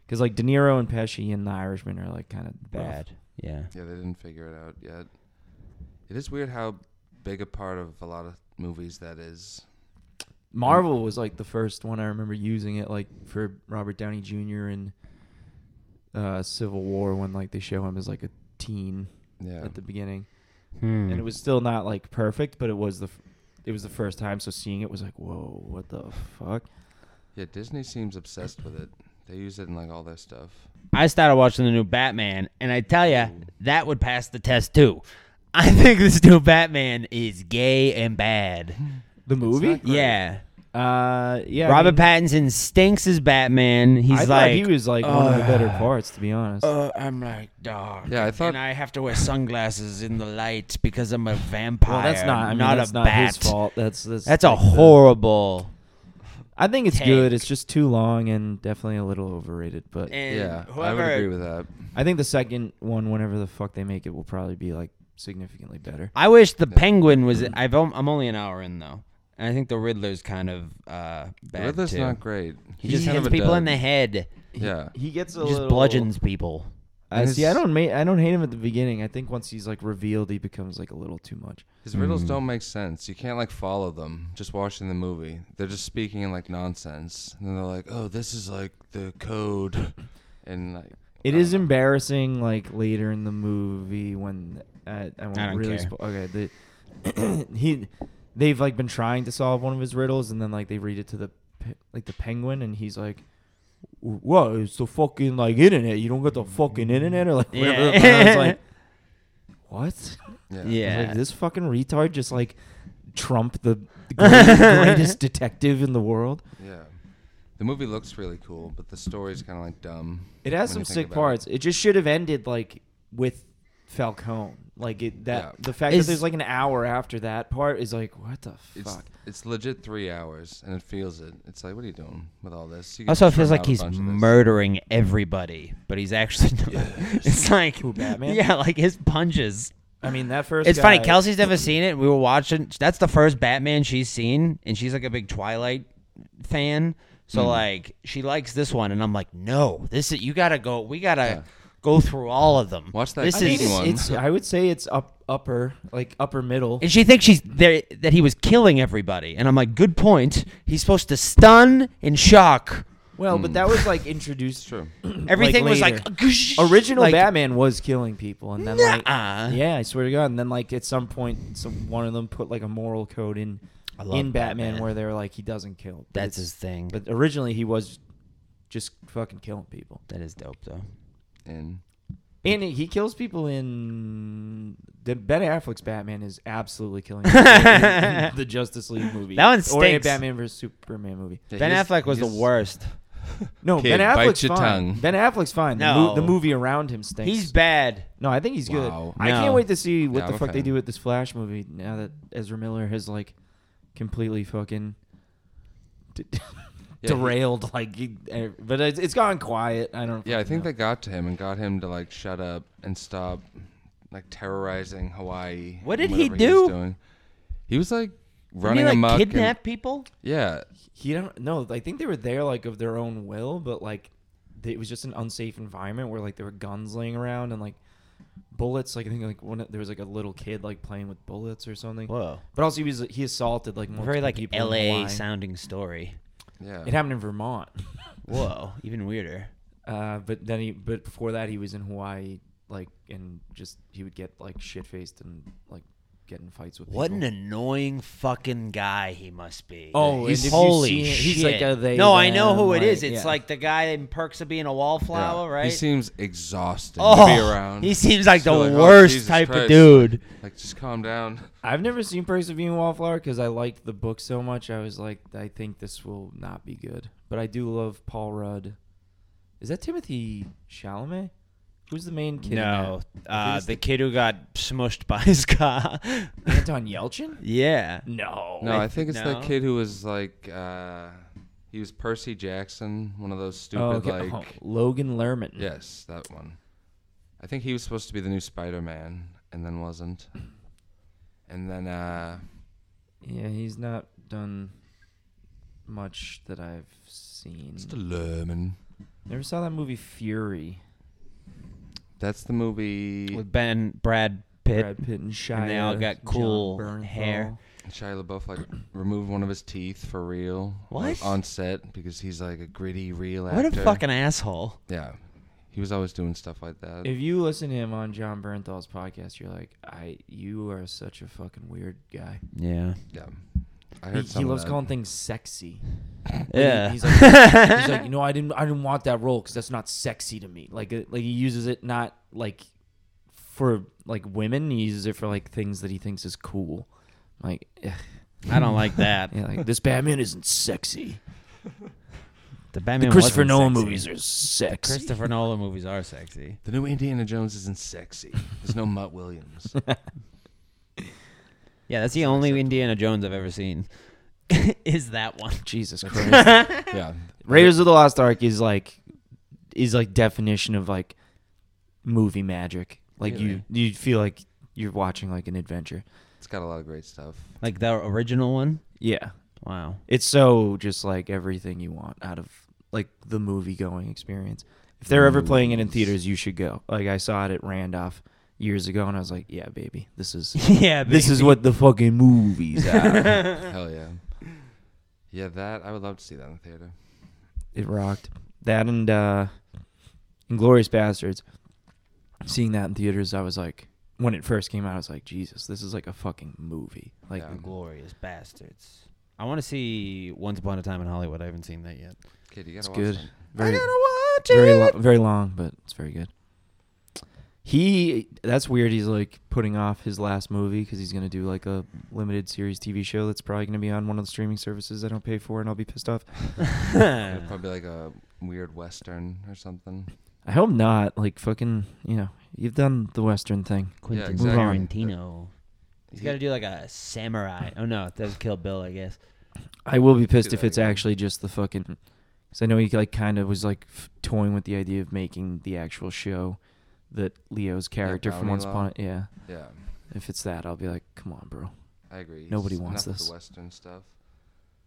Speaker 2: Because like De Niro and Pesci and The Irishman are like kind of
Speaker 1: Bad. Yeah.
Speaker 3: Yeah, they didn't figure it out yet. It is weird how big a part of a lot of movies that is.
Speaker 2: Marvel was like the first one I remember using it like for Robert Downey Jr. in uh, Civil War when like they show him as like a teen
Speaker 3: Yeah.
Speaker 2: at the beginning,
Speaker 1: Hmm.
Speaker 2: and it was still not like perfect, but it was the f- it was the first time, so seeing it was like whoa, what the fuck?
Speaker 3: Yeah, Disney seems obsessed with it. They use it in like all their stuff.
Speaker 1: I started watching the new Batman, and I tell ya, that would pass the test too. I think this new Batman is gay and bad.
Speaker 2: The movie,
Speaker 3: not-
Speaker 1: Yeah.
Speaker 2: uh, yeah,
Speaker 1: Robert
Speaker 2: I mean,
Speaker 1: Pattinson stinks as Batman. He's
Speaker 2: I thought
Speaker 1: like
Speaker 2: he was like one of the better parts, to be honest.
Speaker 1: Uh, I'm like, dog.
Speaker 3: Yeah, I thought-
Speaker 1: And I have to wear sunglasses in the light because I'm a vampire.
Speaker 2: well, that's not. I mean,
Speaker 1: not
Speaker 2: that's
Speaker 1: a
Speaker 2: not
Speaker 1: bat.
Speaker 2: his fault. That's that's
Speaker 1: That's a
Speaker 2: like the-
Speaker 1: horrible.
Speaker 2: I think it's
Speaker 1: take.
Speaker 2: good. It's just too long and definitely a little overrated, but.
Speaker 1: And
Speaker 3: yeah,
Speaker 1: whoever,
Speaker 3: I would agree with that.
Speaker 2: I think the second one, whenever the fuck they make it, will probably be like significantly better.
Speaker 1: I wish the Penguin was.
Speaker 3: Mm-hmm.
Speaker 1: I've, om- I'm only an hour in though, and I think the Riddler's kind of uh,
Speaker 3: The
Speaker 1: bad
Speaker 3: Riddler's
Speaker 1: too.
Speaker 3: not great.
Speaker 1: He
Speaker 3: He's
Speaker 1: just
Speaker 3: kind
Speaker 1: hits
Speaker 3: of a
Speaker 1: people in
Speaker 3: dud.
Speaker 1: the head.
Speaker 3: Yeah.
Speaker 2: He gets a
Speaker 1: He just
Speaker 2: little
Speaker 1: bludgeons people.
Speaker 2: I
Speaker 3: And
Speaker 2: see.
Speaker 3: his-
Speaker 2: I don't. Ma- I don't hate him at the beginning. I think once he's like revealed, he becomes like a little too much.
Speaker 3: His riddles don't make sense. You can't like follow them just watching the movie. They're just speaking in like nonsense. And then they're like, "Oh, this is like the code." And like
Speaker 2: It is embarrassing. Like later in the movie, when uh, I won't
Speaker 1: I don't
Speaker 2: really.
Speaker 1: care.
Speaker 2: Spo- okay, the, he, they've like been trying to solve one of his riddles, and then like they read it to the pe- like the penguin, and he's like. Well, it's the fucking like internet. You don't get the fucking internet or like whatever.
Speaker 1: Yeah.
Speaker 2: the- And I was like, what?
Speaker 3: yeah.
Speaker 2: I was
Speaker 1: Yeah.
Speaker 2: Like, this fucking retard just like Trump, the the great- greatest detective in the world.
Speaker 3: Yeah. The movie looks really cool, but the story's kind of like dumb.
Speaker 2: It has
Speaker 3: when you
Speaker 2: some sick
Speaker 3: think about it.
Speaker 2: parts. It. just should have ended like with Falcone. Like it, that
Speaker 3: Yeah.
Speaker 2: the fact
Speaker 1: Is-
Speaker 2: that there's like an hour after that part is like what the
Speaker 3: It's
Speaker 2: fuck.
Speaker 3: it's legit three hours, and it feels it. It's like, what are you doing with all this? You could
Speaker 1: Also, it
Speaker 3: just
Speaker 1: feels
Speaker 3: trim
Speaker 1: like
Speaker 3: out a
Speaker 1: he's
Speaker 3: bunch of this.
Speaker 1: murdering everybody, but he's actually not. It's like
Speaker 2: Who, Batman?
Speaker 1: Yeah, like his punches.
Speaker 2: I mean that first.
Speaker 1: It's funny.
Speaker 2: guy-
Speaker 1: Kelsey's never seen it. We were watching. That's the first Batman she's seen, and she's like a big Twilight fan. So like, she likes this one, and I'm like, no, this is you gotta go. We gotta go through all of them.
Speaker 3: Watch that
Speaker 1: This
Speaker 2: I mean,
Speaker 3: Disney
Speaker 1: is.
Speaker 2: it's,
Speaker 3: one.
Speaker 2: it's- I would say it's up upper like upper middle.
Speaker 1: And she thinks she's there that he was killing everybody, and I'm like, good point. He's supposed to stun and shock.
Speaker 2: Well, but
Speaker 3: Hmm.
Speaker 2: that was like introduced.
Speaker 3: It's true.
Speaker 1: Everything was
Speaker 2: later.
Speaker 1: like
Speaker 2: Original
Speaker 1: like-
Speaker 2: Batman was killing people, and then like,
Speaker 1: Nuh-uh.
Speaker 2: yeah, I swear to God. And then like at some point, some one of them put like a moral code in
Speaker 1: I love
Speaker 2: in Batman,
Speaker 1: Batman.
Speaker 2: where they were like, he doesn't kill. But
Speaker 1: That's
Speaker 2: it's-
Speaker 1: his thing. But
Speaker 2: But originally, he was just fucking killing people,
Speaker 1: that is dope though.
Speaker 3: And
Speaker 2: and he kills people in the Ben Affleck's Batman is absolutely killing people in the Justice League movie.
Speaker 1: That one
Speaker 2: Or in a
Speaker 1: stinks.
Speaker 2: Batman vs Superman movie.
Speaker 3: Yeah,
Speaker 1: ben
Speaker 3: he's-
Speaker 1: Affleck was the
Speaker 3: he's-
Speaker 1: worst.
Speaker 2: No,
Speaker 3: Kid,
Speaker 2: Ben Affleck's
Speaker 3: bite your
Speaker 2: fine.
Speaker 3: tongue.
Speaker 2: Ben Affleck's fine. The, mo-
Speaker 1: No.
Speaker 2: the movie around him stinks.
Speaker 1: He's bad.
Speaker 2: No, I think he's good.
Speaker 3: Wow.
Speaker 2: I
Speaker 1: No.
Speaker 2: can't wait to see what
Speaker 3: Yeah,
Speaker 2: the
Speaker 3: I'm a
Speaker 2: fuck they
Speaker 3: fan.
Speaker 2: do with this Flash movie now that Ezra Miller has like completely fucking d-
Speaker 3: he-
Speaker 2: derailed. like, he- eh, but it's, it's gone quiet. I don't.
Speaker 3: Yeah, I
Speaker 2: fucking
Speaker 3: think
Speaker 2: know.
Speaker 3: they got to him and got him to like shut up and stop like terrorizing Hawaii.
Speaker 1: What
Speaker 3: and
Speaker 1: did he
Speaker 3: whatever was
Speaker 1: do?
Speaker 3: doing. He was like running
Speaker 1: Running he,
Speaker 3: amok.
Speaker 1: like,
Speaker 3: and-
Speaker 1: kidnap people?
Speaker 3: yeah,
Speaker 2: he don't. No, I think they were there like of their own will, but like they, it was just an unsafe environment where like there were guns laying around and like bullets. Like I think like one there was like a little kid like playing with bullets or something.
Speaker 1: Whoa.
Speaker 2: But also he was he assaulted like multiple
Speaker 1: Very like
Speaker 2: people in
Speaker 1: LA
Speaker 2: Hawaii.
Speaker 1: sounding story.
Speaker 3: yeah.
Speaker 2: It happened in Vermont.
Speaker 1: Whoa, even weirder.
Speaker 2: Uh, but then he, but before that, he was in Hawaii, like, and just he would get like shit faced and like get in fights with.
Speaker 1: What an
Speaker 2: people.
Speaker 1: annoying fucking guy he must be.
Speaker 2: Oh,
Speaker 1: he's
Speaker 2: and if you
Speaker 1: holy
Speaker 2: see him-
Speaker 1: shit.
Speaker 2: he's like a they,
Speaker 1: no, I know
Speaker 2: them,
Speaker 1: who it is.
Speaker 2: like,
Speaker 1: It's
Speaker 2: yeah.
Speaker 1: like the guy in Perks of Being a
Speaker 3: Yeah.
Speaker 1: Wallflower, right?
Speaker 3: He seems exhausted
Speaker 1: oh,
Speaker 3: to be around.
Speaker 1: he seems like
Speaker 3: So,
Speaker 1: the
Speaker 3: like, oh,
Speaker 1: worst
Speaker 3: Jesus
Speaker 1: type of
Speaker 3: Christ.
Speaker 1: dude.
Speaker 3: Like, just calm down.
Speaker 2: I've never seen Perks of Being a Wallflower because I liked the book so much. I was like, I think this will not be good. But I do love Paul Rudd. Is that Timothy Chalamet? Who's the main kid? in
Speaker 1: No,
Speaker 2: that? I think
Speaker 1: uh,
Speaker 2: it's
Speaker 1: the kid who got smushed by his car.
Speaker 2: the- Anton Yelchin.
Speaker 1: yeah.
Speaker 2: No.
Speaker 3: No, I think it's
Speaker 1: no.
Speaker 3: that kid who was like, uh, he was Percy Jackson, one of those stupid
Speaker 2: Oh, okay.
Speaker 3: like.
Speaker 2: Oh, Logan Lerman.
Speaker 3: Yes, that one. I think he was supposed to be the new Spider-Man, and then wasn't. And then, uh,
Speaker 2: Yeah, he's not done much that I've seen.
Speaker 3: Stallone.
Speaker 2: Never saw that movie Fury.
Speaker 3: That's the movie.
Speaker 1: With Ben, Brad Pitt.
Speaker 2: Brad Pitt and Shia.
Speaker 1: and they all got
Speaker 2: John
Speaker 1: cool
Speaker 2: Bernthal.
Speaker 1: hair.
Speaker 3: Shia LaBeouf like removed one of his teeth for real. like,
Speaker 1: What?
Speaker 3: on set because he's like a gritty real actor.
Speaker 1: What a fucking asshole.
Speaker 3: yeah. He was always doing stuff like that.
Speaker 2: If you listen to him on John Bernthal's podcast, you're like, I, you are such a fucking weird guy.
Speaker 1: Yeah.
Speaker 3: yeah, I
Speaker 2: He,
Speaker 3: heard
Speaker 2: he
Speaker 3: some of
Speaker 2: loves
Speaker 3: that.
Speaker 2: calling things sexy. Like, he-
Speaker 1: Yeah.
Speaker 2: he's, like, he's like, no, I didn't, I didn't want that role because that's not sexy to me. Like, it- like he uses it not like for like women. He uses it for like things that he thinks is cool. Like, ugh.
Speaker 1: I don't like that.
Speaker 2: Yeah, like this Batman isn't sexy.
Speaker 1: The
Speaker 2: The
Speaker 1: Batman
Speaker 2: Christopher
Speaker 1: wasn't
Speaker 2: Nolan
Speaker 1: sexy.
Speaker 2: movies are sexy.
Speaker 1: Christopher Nolan movies are sexy.
Speaker 3: The new Indiana Jones isn't sexy. There's no Mutt Williams.
Speaker 1: Yeah, that's the only Indiana Jones I've ever seen. is that one?
Speaker 2: Jesus Christ.
Speaker 3: yeah,
Speaker 2: Raiders of the Lost Ark is like is like definition of like movie magic. Like you you feel like you're watching like an adventure.
Speaker 3: it's got a lot of great stuff.
Speaker 1: Like the original one?
Speaker 2: Yeah.
Speaker 1: Wow.
Speaker 2: It's so just like everything you want out of like the movie going experience. If they're ever playing it in theaters, you should go. Like I saw it at Randolph years ago and I was like, yeah, baby, this is
Speaker 1: yeah,
Speaker 2: this is what the fucking movies are.
Speaker 3: Hell yeah. Yeah, that I would love to see that in the theater.
Speaker 2: it rocked. That and uh Inglorious Bastards. Seeing that in theaters, I was like when it first came out, I was like, Jesus, this is like a fucking movie. Like
Speaker 3: Yeah.
Speaker 1: the glorious bastards. I want to see Once Upon a Time in Hollywood. I haven't seen that yet.
Speaker 3: Kid, you gotta
Speaker 2: it's
Speaker 3: watch
Speaker 2: good.
Speaker 3: that.
Speaker 2: Very, very long very long, but it's very good. He that's weird. He's like putting off his last movie because he's gonna do like a limited series TV show that's probably gonna be on one of the streaming services I don't pay for, and I'll be pissed off.
Speaker 1: Uh,
Speaker 3: It'd probably be like a weird western or something.
Speaker 2: I hope not. Like fucking, you know, you've done the Western thing.
Speaker 1: Quentin
Speaker 3: exactly.
Speaker 1: Tarantino. He's
Speaker 3: He-
Speaker 1: got to do like a samurai. Oh no, that was Kill Bill, I guess.
Speaker 2: I will be pissed
Speaker 3: Do
Speaker 2: if
Speaker 3: that
Speaker 2: it's
Speaker 3: again.
Speaker 2: actually just the fucking. Because I know he like kind of was like f- toying with the idea of making the actual show that Leo's character from
Speaker 3: Bounty
Speaker 2: Once
Speaker 3: Law.
Speaker 2: Upon yeah.
Speaker 3: Yeah,
Speaker 2: If it's that, I'll be like, come on, bro.
Speaker 3: I agree. He's-
Speaker 2: Nobody wants
Speaker 3: enough of
Speaker 2: this.
Speaker 3: The western stuff.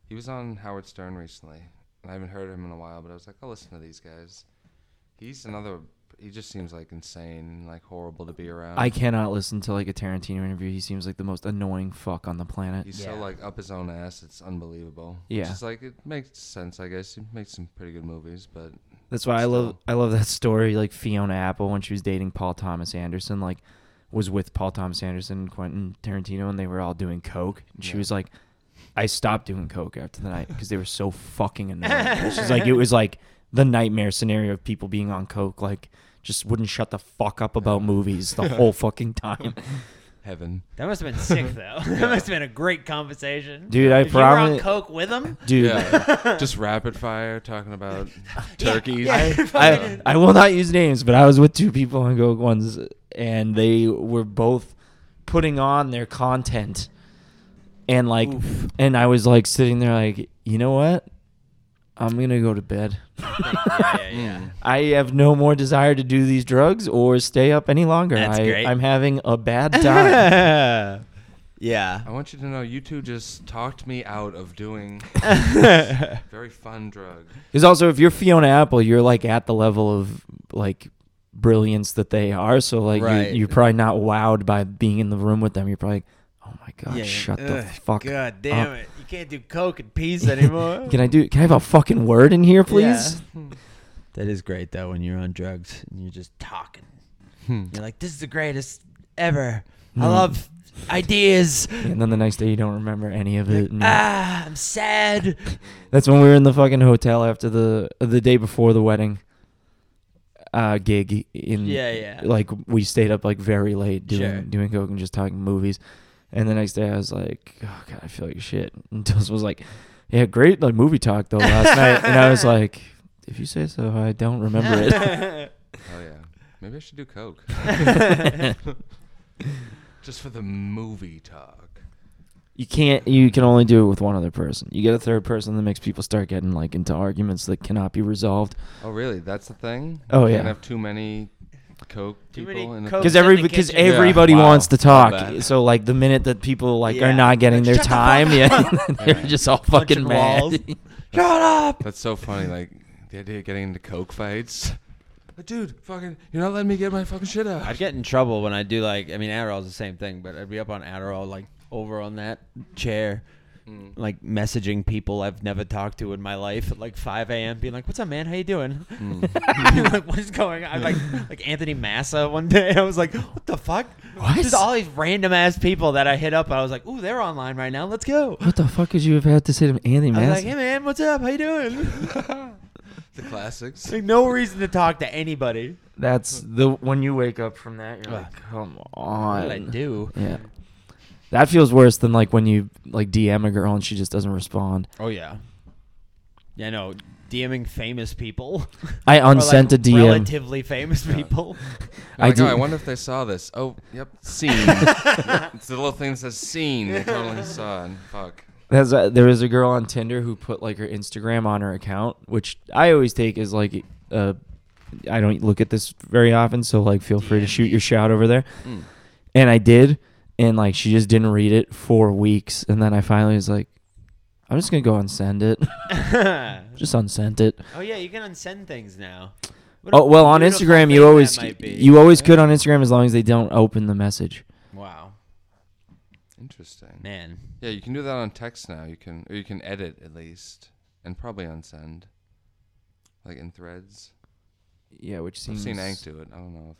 Speaker 3: He was on Howard Stern recently, and I haven't heard him in a while. But I was like, I'll listen to these guys. He's another He just seems like insane and like horrible to be around.
Speaker 2: I cannot listen to like a Tarantino interview. He seems like the most annoying fuck on the planet.
Speaker 3: He's
Speaker 1: Yeah.
Speaker 3: so like up his own ass. It's unbelievable.
Speaker 2: Yeah.
Speaker 3: it's like it makes sense. I guess he makes some pretty good movies, but
Speaker 2: That's why I
Speaker 3: Still.
Speaker 2: love I love that story. Like Fiona Apple when she was dating Paul Thomas Anderson, like was with Paul Thomas Anderson, and Quentin Tarantino, and they were all doing coke. And she
Speaker 3: Yeah.
Speaker 2: was like, "I stopped doing coke after the night because they were so fucking annoying." She's like, "It was like the nightmare scenario of people being on coke, like just wouldn't shut the fuck up about movies the whole fucking time."
Speaker 3: heaven.
Speaker 4: That must have been sick though. that must have been a great conversation,
Speaker 2: Dude, I
Speaker 4: If you were on
Speaker 2: promise-
Speaker 4: coke with him.
Speaker 2: Dude,
Speaker 3: Yeah, just rapid fire talking about turkeys.
Speaker 4: yeah.
Speaker 2: I, I will not use names, but I was with two people on Go once, and they were both putting on their content, and like, and I was like sitting there, like, you know what? I'm gonna go to bed.
Speaker 1: yeah, yeah.
Speaker 3: Mm.
Speaker 2: I have no more desire to do these drugs or stay up any longer.
Speaker 1: That's
Speaker 2: I,
Speaker 1: great.
Speaker 2: I'm having a bad time.
Speaker 1: yeah.
Speaker 3: I want you to know you two just talked me out of doing very fun drug.
Speaker 2: Because also, if you're Fiona Apple, you're like at the level of like brilliance that they are. So like,
Speaker 1: Right.
Speaker 2: you, you're probably not wowed by being in the room with them. You're probably, oh my god,
Speaker 4: Yeah, yeah.
Speaker 2: shut the
Speaker 4: Ugh,
Speaker 2: fuck.
Speaker 4: God damn
Speaker 2: up.
Speaker 4: it! You can't do coke and peace anymore.
Speaker 2: Can I do? Can I have a fucking word in here, please?
Speaker 1: That is great though when you're on drugs and you're just talking.
Speaker 3: Hmm.
Speaker 1: You're like, this is the greatest ever. I
Speaker 2: Mm.
Speaker 1: love ideas.
Speaker 2: And then the next day, you don't remember any of it. and-
Speaker 1: Ah, I'm sad.
Speaker 2: That's when we were in the fucking hotel after the the day before the wedding. Uh, gig in
Speaker 1: Yeah, yeah.
Speaker 2: Like we stayed up like very late doing
Speaker 1: Sure.
Speaker 2: doing coke and just talking movies, and the next day I was like, oh god, I feel like shit. And Dills was like, yeah, great like movie talk though last night, and I was like, if you say so, I don't remember it.
Speaker 3: Oh yeah, maybe I should do coke just for the movie talk.
Speaker 2: you can't. You can only do it with one other person. You get a third person that makes people start getting like into arguments that cannot be resolved.
Speaker 3: Oh really? That's the thing.
Speaker 2: Oh,
Speaker 3: you
Speaker 2: yeah.
Speaker 3: Can't have too many coke
Speaker 4: Too
Speaker 3: people.
Speaker 4: many
Speaker 3: in a-
Speaker 4: coke-
Speaker 2: because
Speaker 4: in
Speaker 2: every
Speaker 4: the
Speaker 2: because
Speaker 4: kitchen.
Speaker 3: Yeah.
Speaker 2: everybody
Speaker 3: Wow.
Speaker 2: wants to
Speaker 3: Love
Speaker 2: talk.
Speaker 3: that.
Speaker 2: So like the minute that people like
Speaker 1: Yeah.
Speaker 2: are not getting their
Speaker 1: Shut the fuck
Speaker 2: time, yeah, they're
Speaker 3: Yeah.
Speaker 2: just all
Speaker 1: Punching
Speaker 2: fucking mad.
Speaker 1: walls. Shut up.
Speaker 3: That's so funny. Like the idea of getting into coke fights. But Dude, fucking, you're not letting me get my fucking shit out.
Speaker 1: I'd get in trouble when I do like I mean Adderall's the same thing, but I'd be up on Adderall like over on that chair. Like messaging people I've never talked to in my life at like 5 a.m. being like, "What's up, man? How you doing? like, what is going on?" Like, like Anthony Massa one day. I was like, "What the fuck?
Speaker 2: What?
Speaker 1: Just all these random ass people that I hit up. I was like, "Ooh, they're online right now. Let's go."
Speaker 2: What the fuck could you have had to say to Anthony
Speaker 1: I was like,
Speaker 2: Mass?
Speaker 1: "Hey man, what's up? How you doing?"
Speaker 3: the classics.
Speaker 4: Like, no reason to talk to anybody.
Speaker 2: That's the when you wake up from that, you're like, come
Speaker 1: What did I
Speaker 2: on.
Speaker 1: do?
Speaker 2: Yeah, that feels worse than like when you like DM a girl and she just doesn't respond.
Speaker 1: Oh yeah. Yeah, no. DMing famous people.
Speaker 2: I
Speaker 1: Or, like,
Speaker 2: unsent a DM.
Speaker 1: Relatively famous people.
Speaker 2: I
Speaker 3: I like,
Speaker 2: do-
Speaker 3: oh, I wonder if they saw this. Oh, yep, scene. it's the little thing that says scene. They totally saw it. Fuck.
Speaker 2: There's a, uh, there was a girl on Tinder who put like her Instagram on her account, which I always take as like uh, I don't look at this very often, so like feel free to shoot your shot over there.
Speaker 3: Mm.
Speaker 2: And I did, and like she just didn't read it for weeks, and then I finally was like, I'm just gonna go unsend it, just unsent it.
Speaker 4: Oh yeah, you can unsend things now. What a
Speaker 2: Oh well, on
Speaker 4: beautiful
Speaker 2: Instagram
Speaker 4: thing
Speaker 2: you
Speaker 4: that
Speaker 2: always
Speaker 4: might be.
Speaker 2: you always could on Instagram as long as they don't open the message.
Speaker 1: Wow.
Speaker 3: Interesting.
Speaker 1: Man.
Speaker 3: Yeah, you can do that on text now. You can, or you can edit at least, and probably unsend. Like in threads.
Speaker 2: Yeah, which
Speaker 3: I've
Speaker 2: seems
Speaker 3: seen Ank do it. I don't know.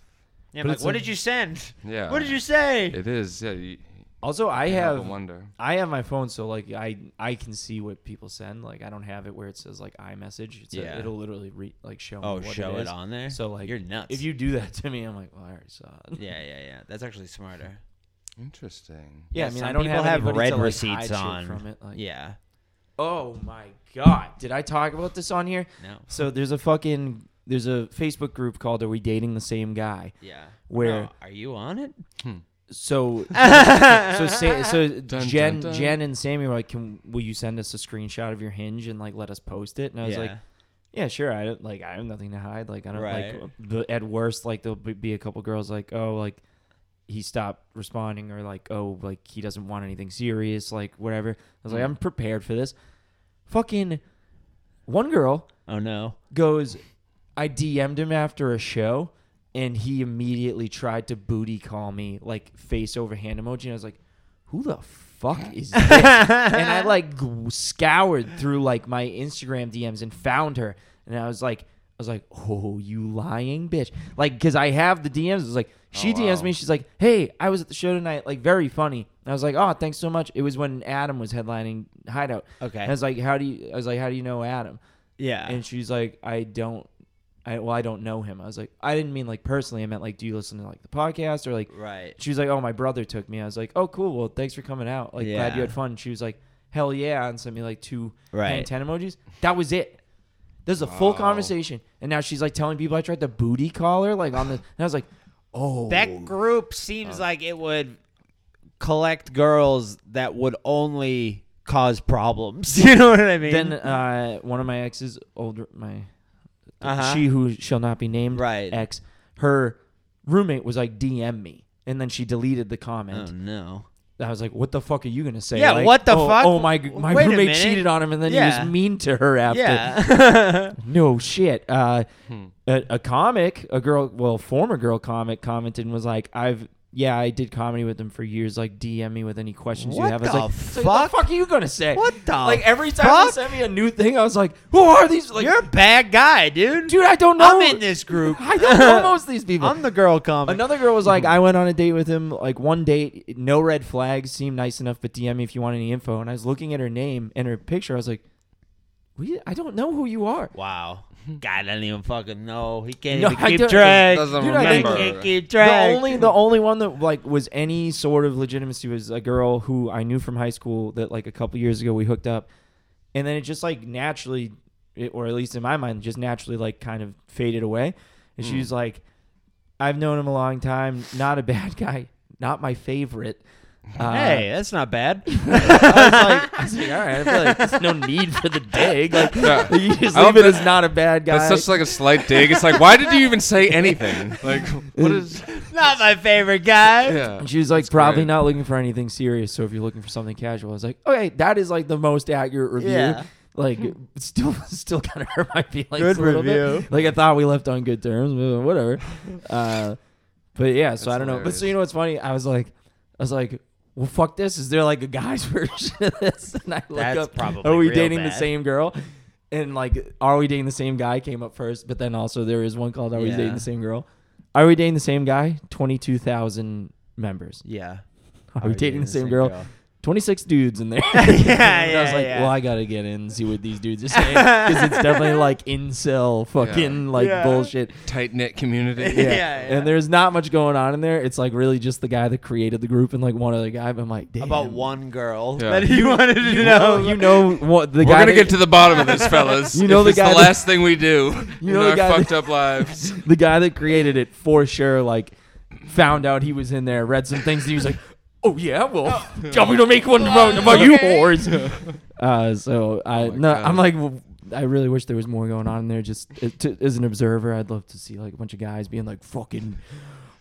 Speaker 4: Yeah,
Speaker 2: But
Speaker 4: I'm like,
Speaker 2: it's
Speaker 4: what
Speaker 2: a-
Speaker 4: did you send?
Speaker 3: If, yeah.
Speaker 4: What did you say?
Speaker 3: It is. Yeah. You,
Speaker 2: Also, I
Speaker 3: you
Speaker 2: have
Speaker 3: a wonder.
Speaker 2: I have my phone, so like I I can see what people send. Like I don't have it where it says like iMessage. It's
Speaker 1: Yeah.
Speaker 2: a, it'll literally re- like show. me
Speaker 1: Oh,
Speaker 2: what
Speaker 1: show it,
Speaker 2: is.
Speaker 1: on there.
Speaker 2: So like
Speaker 1: you're nuts.
Speaker 2: If you do that to me, I'm like, well, I already saw it.
Speaker 1: yeah, yeah, yeah. That's actually smarter.
Speaker 3: Interesting.
Speaker 2: Yeah,
Speaker 1: Yeah,
Speaker 2: I mean,
Speaker 1: some
Speaker 2: I don't
Speaker 1: people
Speaker 2: have,
Speaker 1: have
Speaker 2: anybody
Speaker 1: red
Speaker 2: to, like,
Speaker 1: receipts
Speaker 2: hide shit
Speaker 1: on.
Speaker 2: from it. Like,
Speaker 1: Yeah.
Speaker 2: Oh my god, did I talk about this on here?
Speaker 1: No.
Speaker 2: So there's a fucking there's a Facebook group called "Are We Dating the Same Guy?"
Speaker 1: Yeah.
Speaker 2: Where-
Speaker 1: No, are you on it?
Speaker 2: So so Sa- so
Speaker 3: dun,
Speaker 2: Jen
Speaker 3: dun.
Speaker 2: Jen and Sammy were like, "Can will you send us a screenshot of your hinge and like let us post it?" And I was like. Yeah, sure. I don't like. I have nothing to hide. Like I don't
Speaker 1: Right.
Speaker 2: like. The, at worst, like there'll be- be a couple girls like, oh, like he stopped responding, or like, oh, like he doesn't want anything serious, like whatever. I was like, I'm prepared for this. Fucking one girl
Speaker 1: oh no.
Speaker 2: goes, I DM'd him after a show, and he immediately tried to booty call me like face over hand emoji. And I was like, who the fuck is this? and I like g- scoured through like my Instagram DMs and found her. And I was like, I was like, oh, you lying bitch. Like, cause I have the DMs. It was like, she DMs me. She's like, hey, I was at the show tonight. Like, very funny. And I was like, oh, thanks so much. It was when Adam was headlining Hideout.
Speaker 1: Okay.
Speaker 2: And I was like, how do you, I was like, how do you know Adam?
Speaker 1: Yeah.
Speaker 2: And she's like, I don't, I, well, I don't know him. I was like, I didn't mean like personally. I meant like, do you listen to like the podcast or like,
Speaker 1: Right.
Speaker 2: She was like, oh, my brother took me. I was like, oh, cool. Well, thanks for coming out. Like, glad
Speaker 1: Yeah.
Speaker 2: you had fun. She was like, hell yeah. And sent me like two
Speaker 1: Right.
Speaker 2: hand 10 emojis. That was it. This is a full
Speaker 3: Wow.
Speaker 2: conversation. And now she's like telling people I tried to booty call her like on the, and I was like, oh,
Speaker 1: That group seems like it would collect girls that would only cause problems. You know what I mean?
Speaker 2: then uh, one of my exes, older my
Speaker 1: Uh-huh.
Speaker 2: she who shall not be named,
Speaker 1: Right.
Speaker 2: ex, her roommate was like DM me, and then she deleted the comment.
Speaker 1: oh no.
Speaker 2: I was like, "What the fuck are you gonna say?"
Speaker 1: Yeah,
Speaker 2: Like,
Speaker 1: what the
Speaker 2: oh,
Speaker 1: fuck?
Speaker 2: Oh my, my
Speaker 1: Wait a
Speaker 2: roommate
Speaker 1: minute.
Speaker 2: cheated on him, and then he
Speaker 1: Yeah.
Speaker 2: was mean to her after.
Speaker 1: Yeah. Hmm.
Speaker 2: No shit. Uh, a, a comic, a girl, well, former girl comic, commented and was like, "I've." Yeah, I did comedy with him for years. Like, DM me with any questions you
Speaker 1: What
Speaker 2: have. I was
Speaker 1: the
Speaker 2: like, "So what the
Speaker 1: fuck?
Speaker 2: fuck are you gonna say?
Speaker 1: What the
Speaker 2: like every time they
Speaker 1: fuck?
Speaker 2: sent me a new thing, I was like, who are these? Like,
Speaker 1: You're a bad guy, dude.
Speaker 2: dude, I don't know.
Speaker 1: I'm in this group.
Speaker 2: I don't know most of these people.
Speaker 1: I'm the girl comic.
Speaker 2: Another girl was like, I went on a date with him, like one date, no red flags, seemed nice enough, but DM me if you want any info. And I was looking at her name and her picture. I was like, we, I don't know who you are.
Speaker 1: Wow. God, I don't even fucking know. He can't
Speaker 2: No, I
Speaker 1: even keep
Speaker 2: don't-
Speaker 1: track.
Speaker 3: Doesn't
Speaker 2: Dude, I think-
Speaker 3: remember.
Speaker 1: Can't keep
Speaker 2: The
Speaker 1: track.
Speaker 2: only the only one that like was any sort of legitimacy was a girl who I knew from high school that like a couple years ago we hooked up, and then it just like naturally, it, or at least in my mind, just naturally like kind of faded away. And she was like, "I've known him a long time. Not a bad guy. Not my favorite." Uh,
Speaker 1: hey, that's not bad.
Speaker 2: I was like, I was like, all right, I feel like there's no need for the dig. Like,
Speaker 3: Yeah.
Speaker 2: you just
Speaker 3: I love
Speaker 2: leave it
Speaker 3: that-
Speaker 2: as not a bad guy.
Speaker 3: That's such like a slight dig. It's like, why did you even say anything? Like, what is?
Speaker 1: not my favorite guy.
Speaker 3: Yeah.
Speaker 2: And she was like, probably
Speaker 3: great.
Speaker 2: not looking for anything serious. So if you're looking for something casual, I was like, okay, that is like the most accurate review.
Speaker 1: Yeah.
Speaker 2: Like, it's still, still kind of hurt my feelings.
Speaker 4: Good
Speaker 2: a little bit.
Speaker 4: review.
Speaker 2: Like, I thought we left on good terms, but whatever. Uh, but yeah, so
Speaker 3: That's
Speaker 2: I don't know. But so you know what's funny? I was like, I was like, well, fuck this. Is there like a guy's version of this? And I look
Speaker 1: That's
Speaker 2: up,
Speaker 1: probably
Speaker 2: are we
Speaker 1: real
Speaker 2: dating the
Speaker 1: bad.
Speaker 2: same girl? And like, are we dating the same guy? Came up first, but then also there is one called "Are we dating
Speaker 1: Yeah.
Speaker 2: the same girl?" Are we dating the same guy? Twenty-two thousand members.
Speaker 1: Yeah.
Speaker 2: Are we dating the same girl? 26 dudes in there. And I was
Speaker 1: yeah,
Speaker 2: like,
Speaker 1: yeah.
Speaker 2: well, I gotta get in and see what these dudes are saying because it's definitely like incel fucking like
Speaker 4: Yeah.
Speaker 2: bullshit.
Speaker 3: Tight knit community.
Speaker 2: Yeah.
Speaker 1: yeah.
Speaker 2: and there's not much going on in there. It's like really just the guy that created the group and like one other guy. But I'm like, damn.
Speaker 1: About one girl
Speaker 3: Yeah.
Speaker 1: that he wanted to
Speaker 2: You know,
Speaker 1: know.
Speaker 2: you know what the
Speaker 3: We're
Speaker 2: guy.
Speaker 3: gonna
Speaker 2: that-
Speaker 3: get to the bottom of this, fellas.
Speaker 2: You know
Speaker 3: If
Speaker 2: the
Speaker 3: it's
Speaker 2: guy
Speaker 3: the
Speaker 2: that-
Speaker 3: last thing we do
Speaker 2: You
Speaker 3: you
Speaker 2: know
Speaker 3: know
Speaker 2: the
Speaker 3: in
Speaker 2: guy
Speaker 3: our
Speaker 2: that-
Speaker 3: fucked up lives.
Speaker 2: the guy that created it for sure like found out he was in there, read some things, and he was like, "Oh yeah, well, tell me to make one about, about you whores." Uh, so I
Speaker 1: Oh
Speaker 3: my
Speaker 2: no,
Speaker 3: God.
Speaker 2: I'm like, well, I really wish there was more going on in there. Just uh, to, as an observer, I'd love to see like a bunch of guys being like fucking.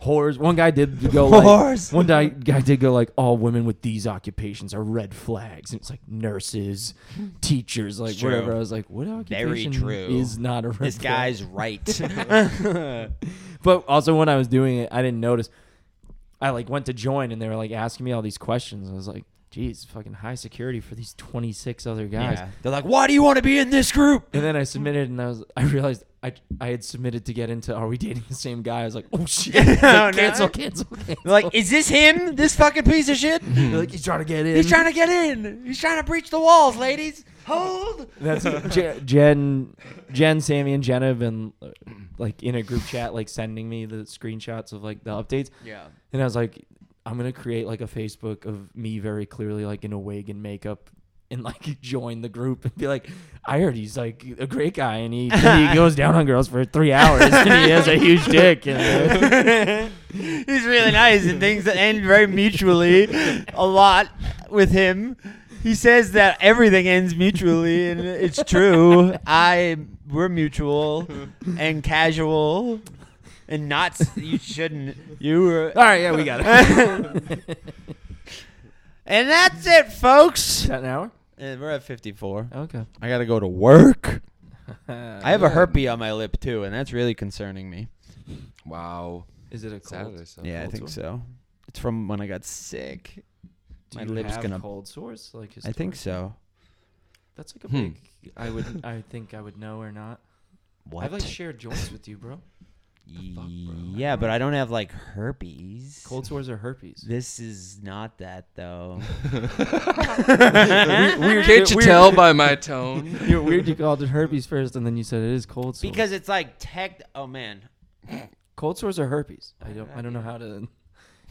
Speaker 2: Whores. One guy did go like
Speaker 1: Whores.
Speaker 2: one guy, guy did go like all women with these occupations are red flags, and it's like nurses, teachers, like
Speaker 1: true.
Speaker 2: whatever. I was like, what
Speaker 1: Very
Speaker 2: occupation
Speaker 1: true.
Speaker 2: is not a red
Speaker 1: this
Speaker 2: flag?
Speaker 1: guy's right.
Speaker 2: But also when I was doing it, I didn't notice. I like went to join and they were like asking me all these questions. I was like, geez, fucking high security for these 26 other guys.
Speaker 1: Yeah. They're like, why do you want to be in this group?
Speaker 2: And then I submitted and I was, I realized I, I had submitted to get into Are We Dating the Same Guy? I was like, oh shit. Like,
Speaker 1: no.
Speaker 2: cancel, cancel, cancel.
Speaker 1: They're like, is this him? This fucking piece of shit?
Speaker 2: They're like, he's trying to get in.
Speaker 1: He's trying to get in. He's trying to breach the walls, ladies. Hold.
Speaker 2: That's Je- Jen, Jen, Sammy, and Jenna have been uh, like in a group chat, like sending me the screenshots of like the updates.
Speaker 1: Yeah.
Speaker 2: And I was like, I'm gonna create like a Facebook of me very clearly like in a wig and makeup and like join the group and be like, I heard he's like a great guy and he, he goes down on girls for three hours and he has a huge dick and uh,
Speaker 4: He's really nice and things that end very mutually a lot with him. He says that everything ends mutually and it's true. I we're mutual and casual and not s- you shouldn't you were
Speaker 2: all right, yeah, we got it.
Speaker 4: And that's it folks.
Speaker 2: Is that an hour?
Speaker 1: Eh, we're at 54.
Speaker 2: Okay.
Speaker 1: I got to go to work. I have a
Speaker 3: Yeah.
Speaker 1: herpy on my lip, too, and that's really concerning me.
Speaker 3: Wow.
Speaker 2: Is it a
Speaker 3: Saturday. So
Speaker 1: yeah, I
Speaker 2: cold
Speaker 1: think
Speaker 2: sore?
Speaker 1: so. It's from when I got sick.
Speaker 2: Do
Speaker 1: My
Speaker 2: you
Speaker 1: lip's
Speaker 2: have
Speaker 1: gonna-
Speaker 2: cold sores? Like
Speaker 1: I think
Speaker 2: historically?
Speaker 1: so.
Speaker 2: That's like a
Speaker 3: Hmm.
Speaker 2: big. I would. I think I would know or not. I've like shared joints with you, bro.
Speaker 1: yeah, but I don't have like herpes.
Speaker 2: Cold sores are herpes.
Speaker 1: This is not that though.
Speaker 3: Can't you tell by my tone?
Speaker 2: You're weird. You called it herpes first, and then you said it is cold sores.
Speaker 1: because it's like tech. Oh man,
Speaker 2: cold sores are herpes. I don't. I don't know how to.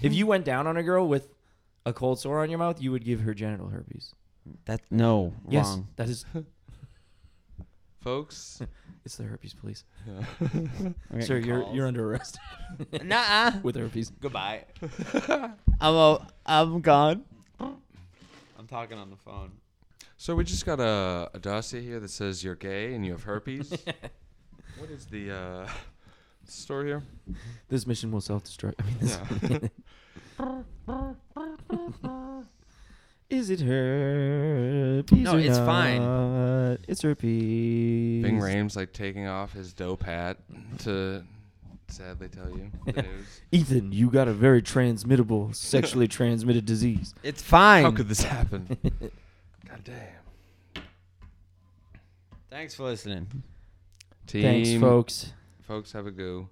Speaker 2: If you went down on a girl with a cold sore on your mouth, you would give her genital herpes.
Speaker 1: that no
Speaker 2: Yes,
Speaker 1: wrong.
Speaker 2: that is.
Speaker 3: Folks,
Speaker 2: It's the herpes police,
Speaker 1: I'm getting
Speaker 2: sir. You're
Speaker 1: calls.
Speaker 2: you're under arrest
Speaker 1: Nuh-uh.
Speaker 2: with herpes.
Speaker 1: Goodbye. I'm o- I'm gone. I'm talking on the phone.
Speaker 3: so we just got a, a dossier here that says you're gay and you have herpes. what is the uh, story here?
Speaker 2: This mission will self-destruct. I mean, this-
Speaker 3: Yeah.
Speaker 2: Is it herpes?
Speaker 1: No,
Speaker 2: or
Speaker 1: it's fine.
Speaker 2: not? It's herpes.
Speaker 3: Bing Rames like taking off his dope hat to sadly tell you the news.
Speaker 2: Ethan, you got a very transmittable, sexually transmitted disease.
Speaker 1: It's fine.
Speaker 3: How could this happen? God damn.
Speaker 1: Thanks for listening.
Speaker 3: Team,
Speaker 2: Thanks, folks.
Speaker 3: folks, have a goo.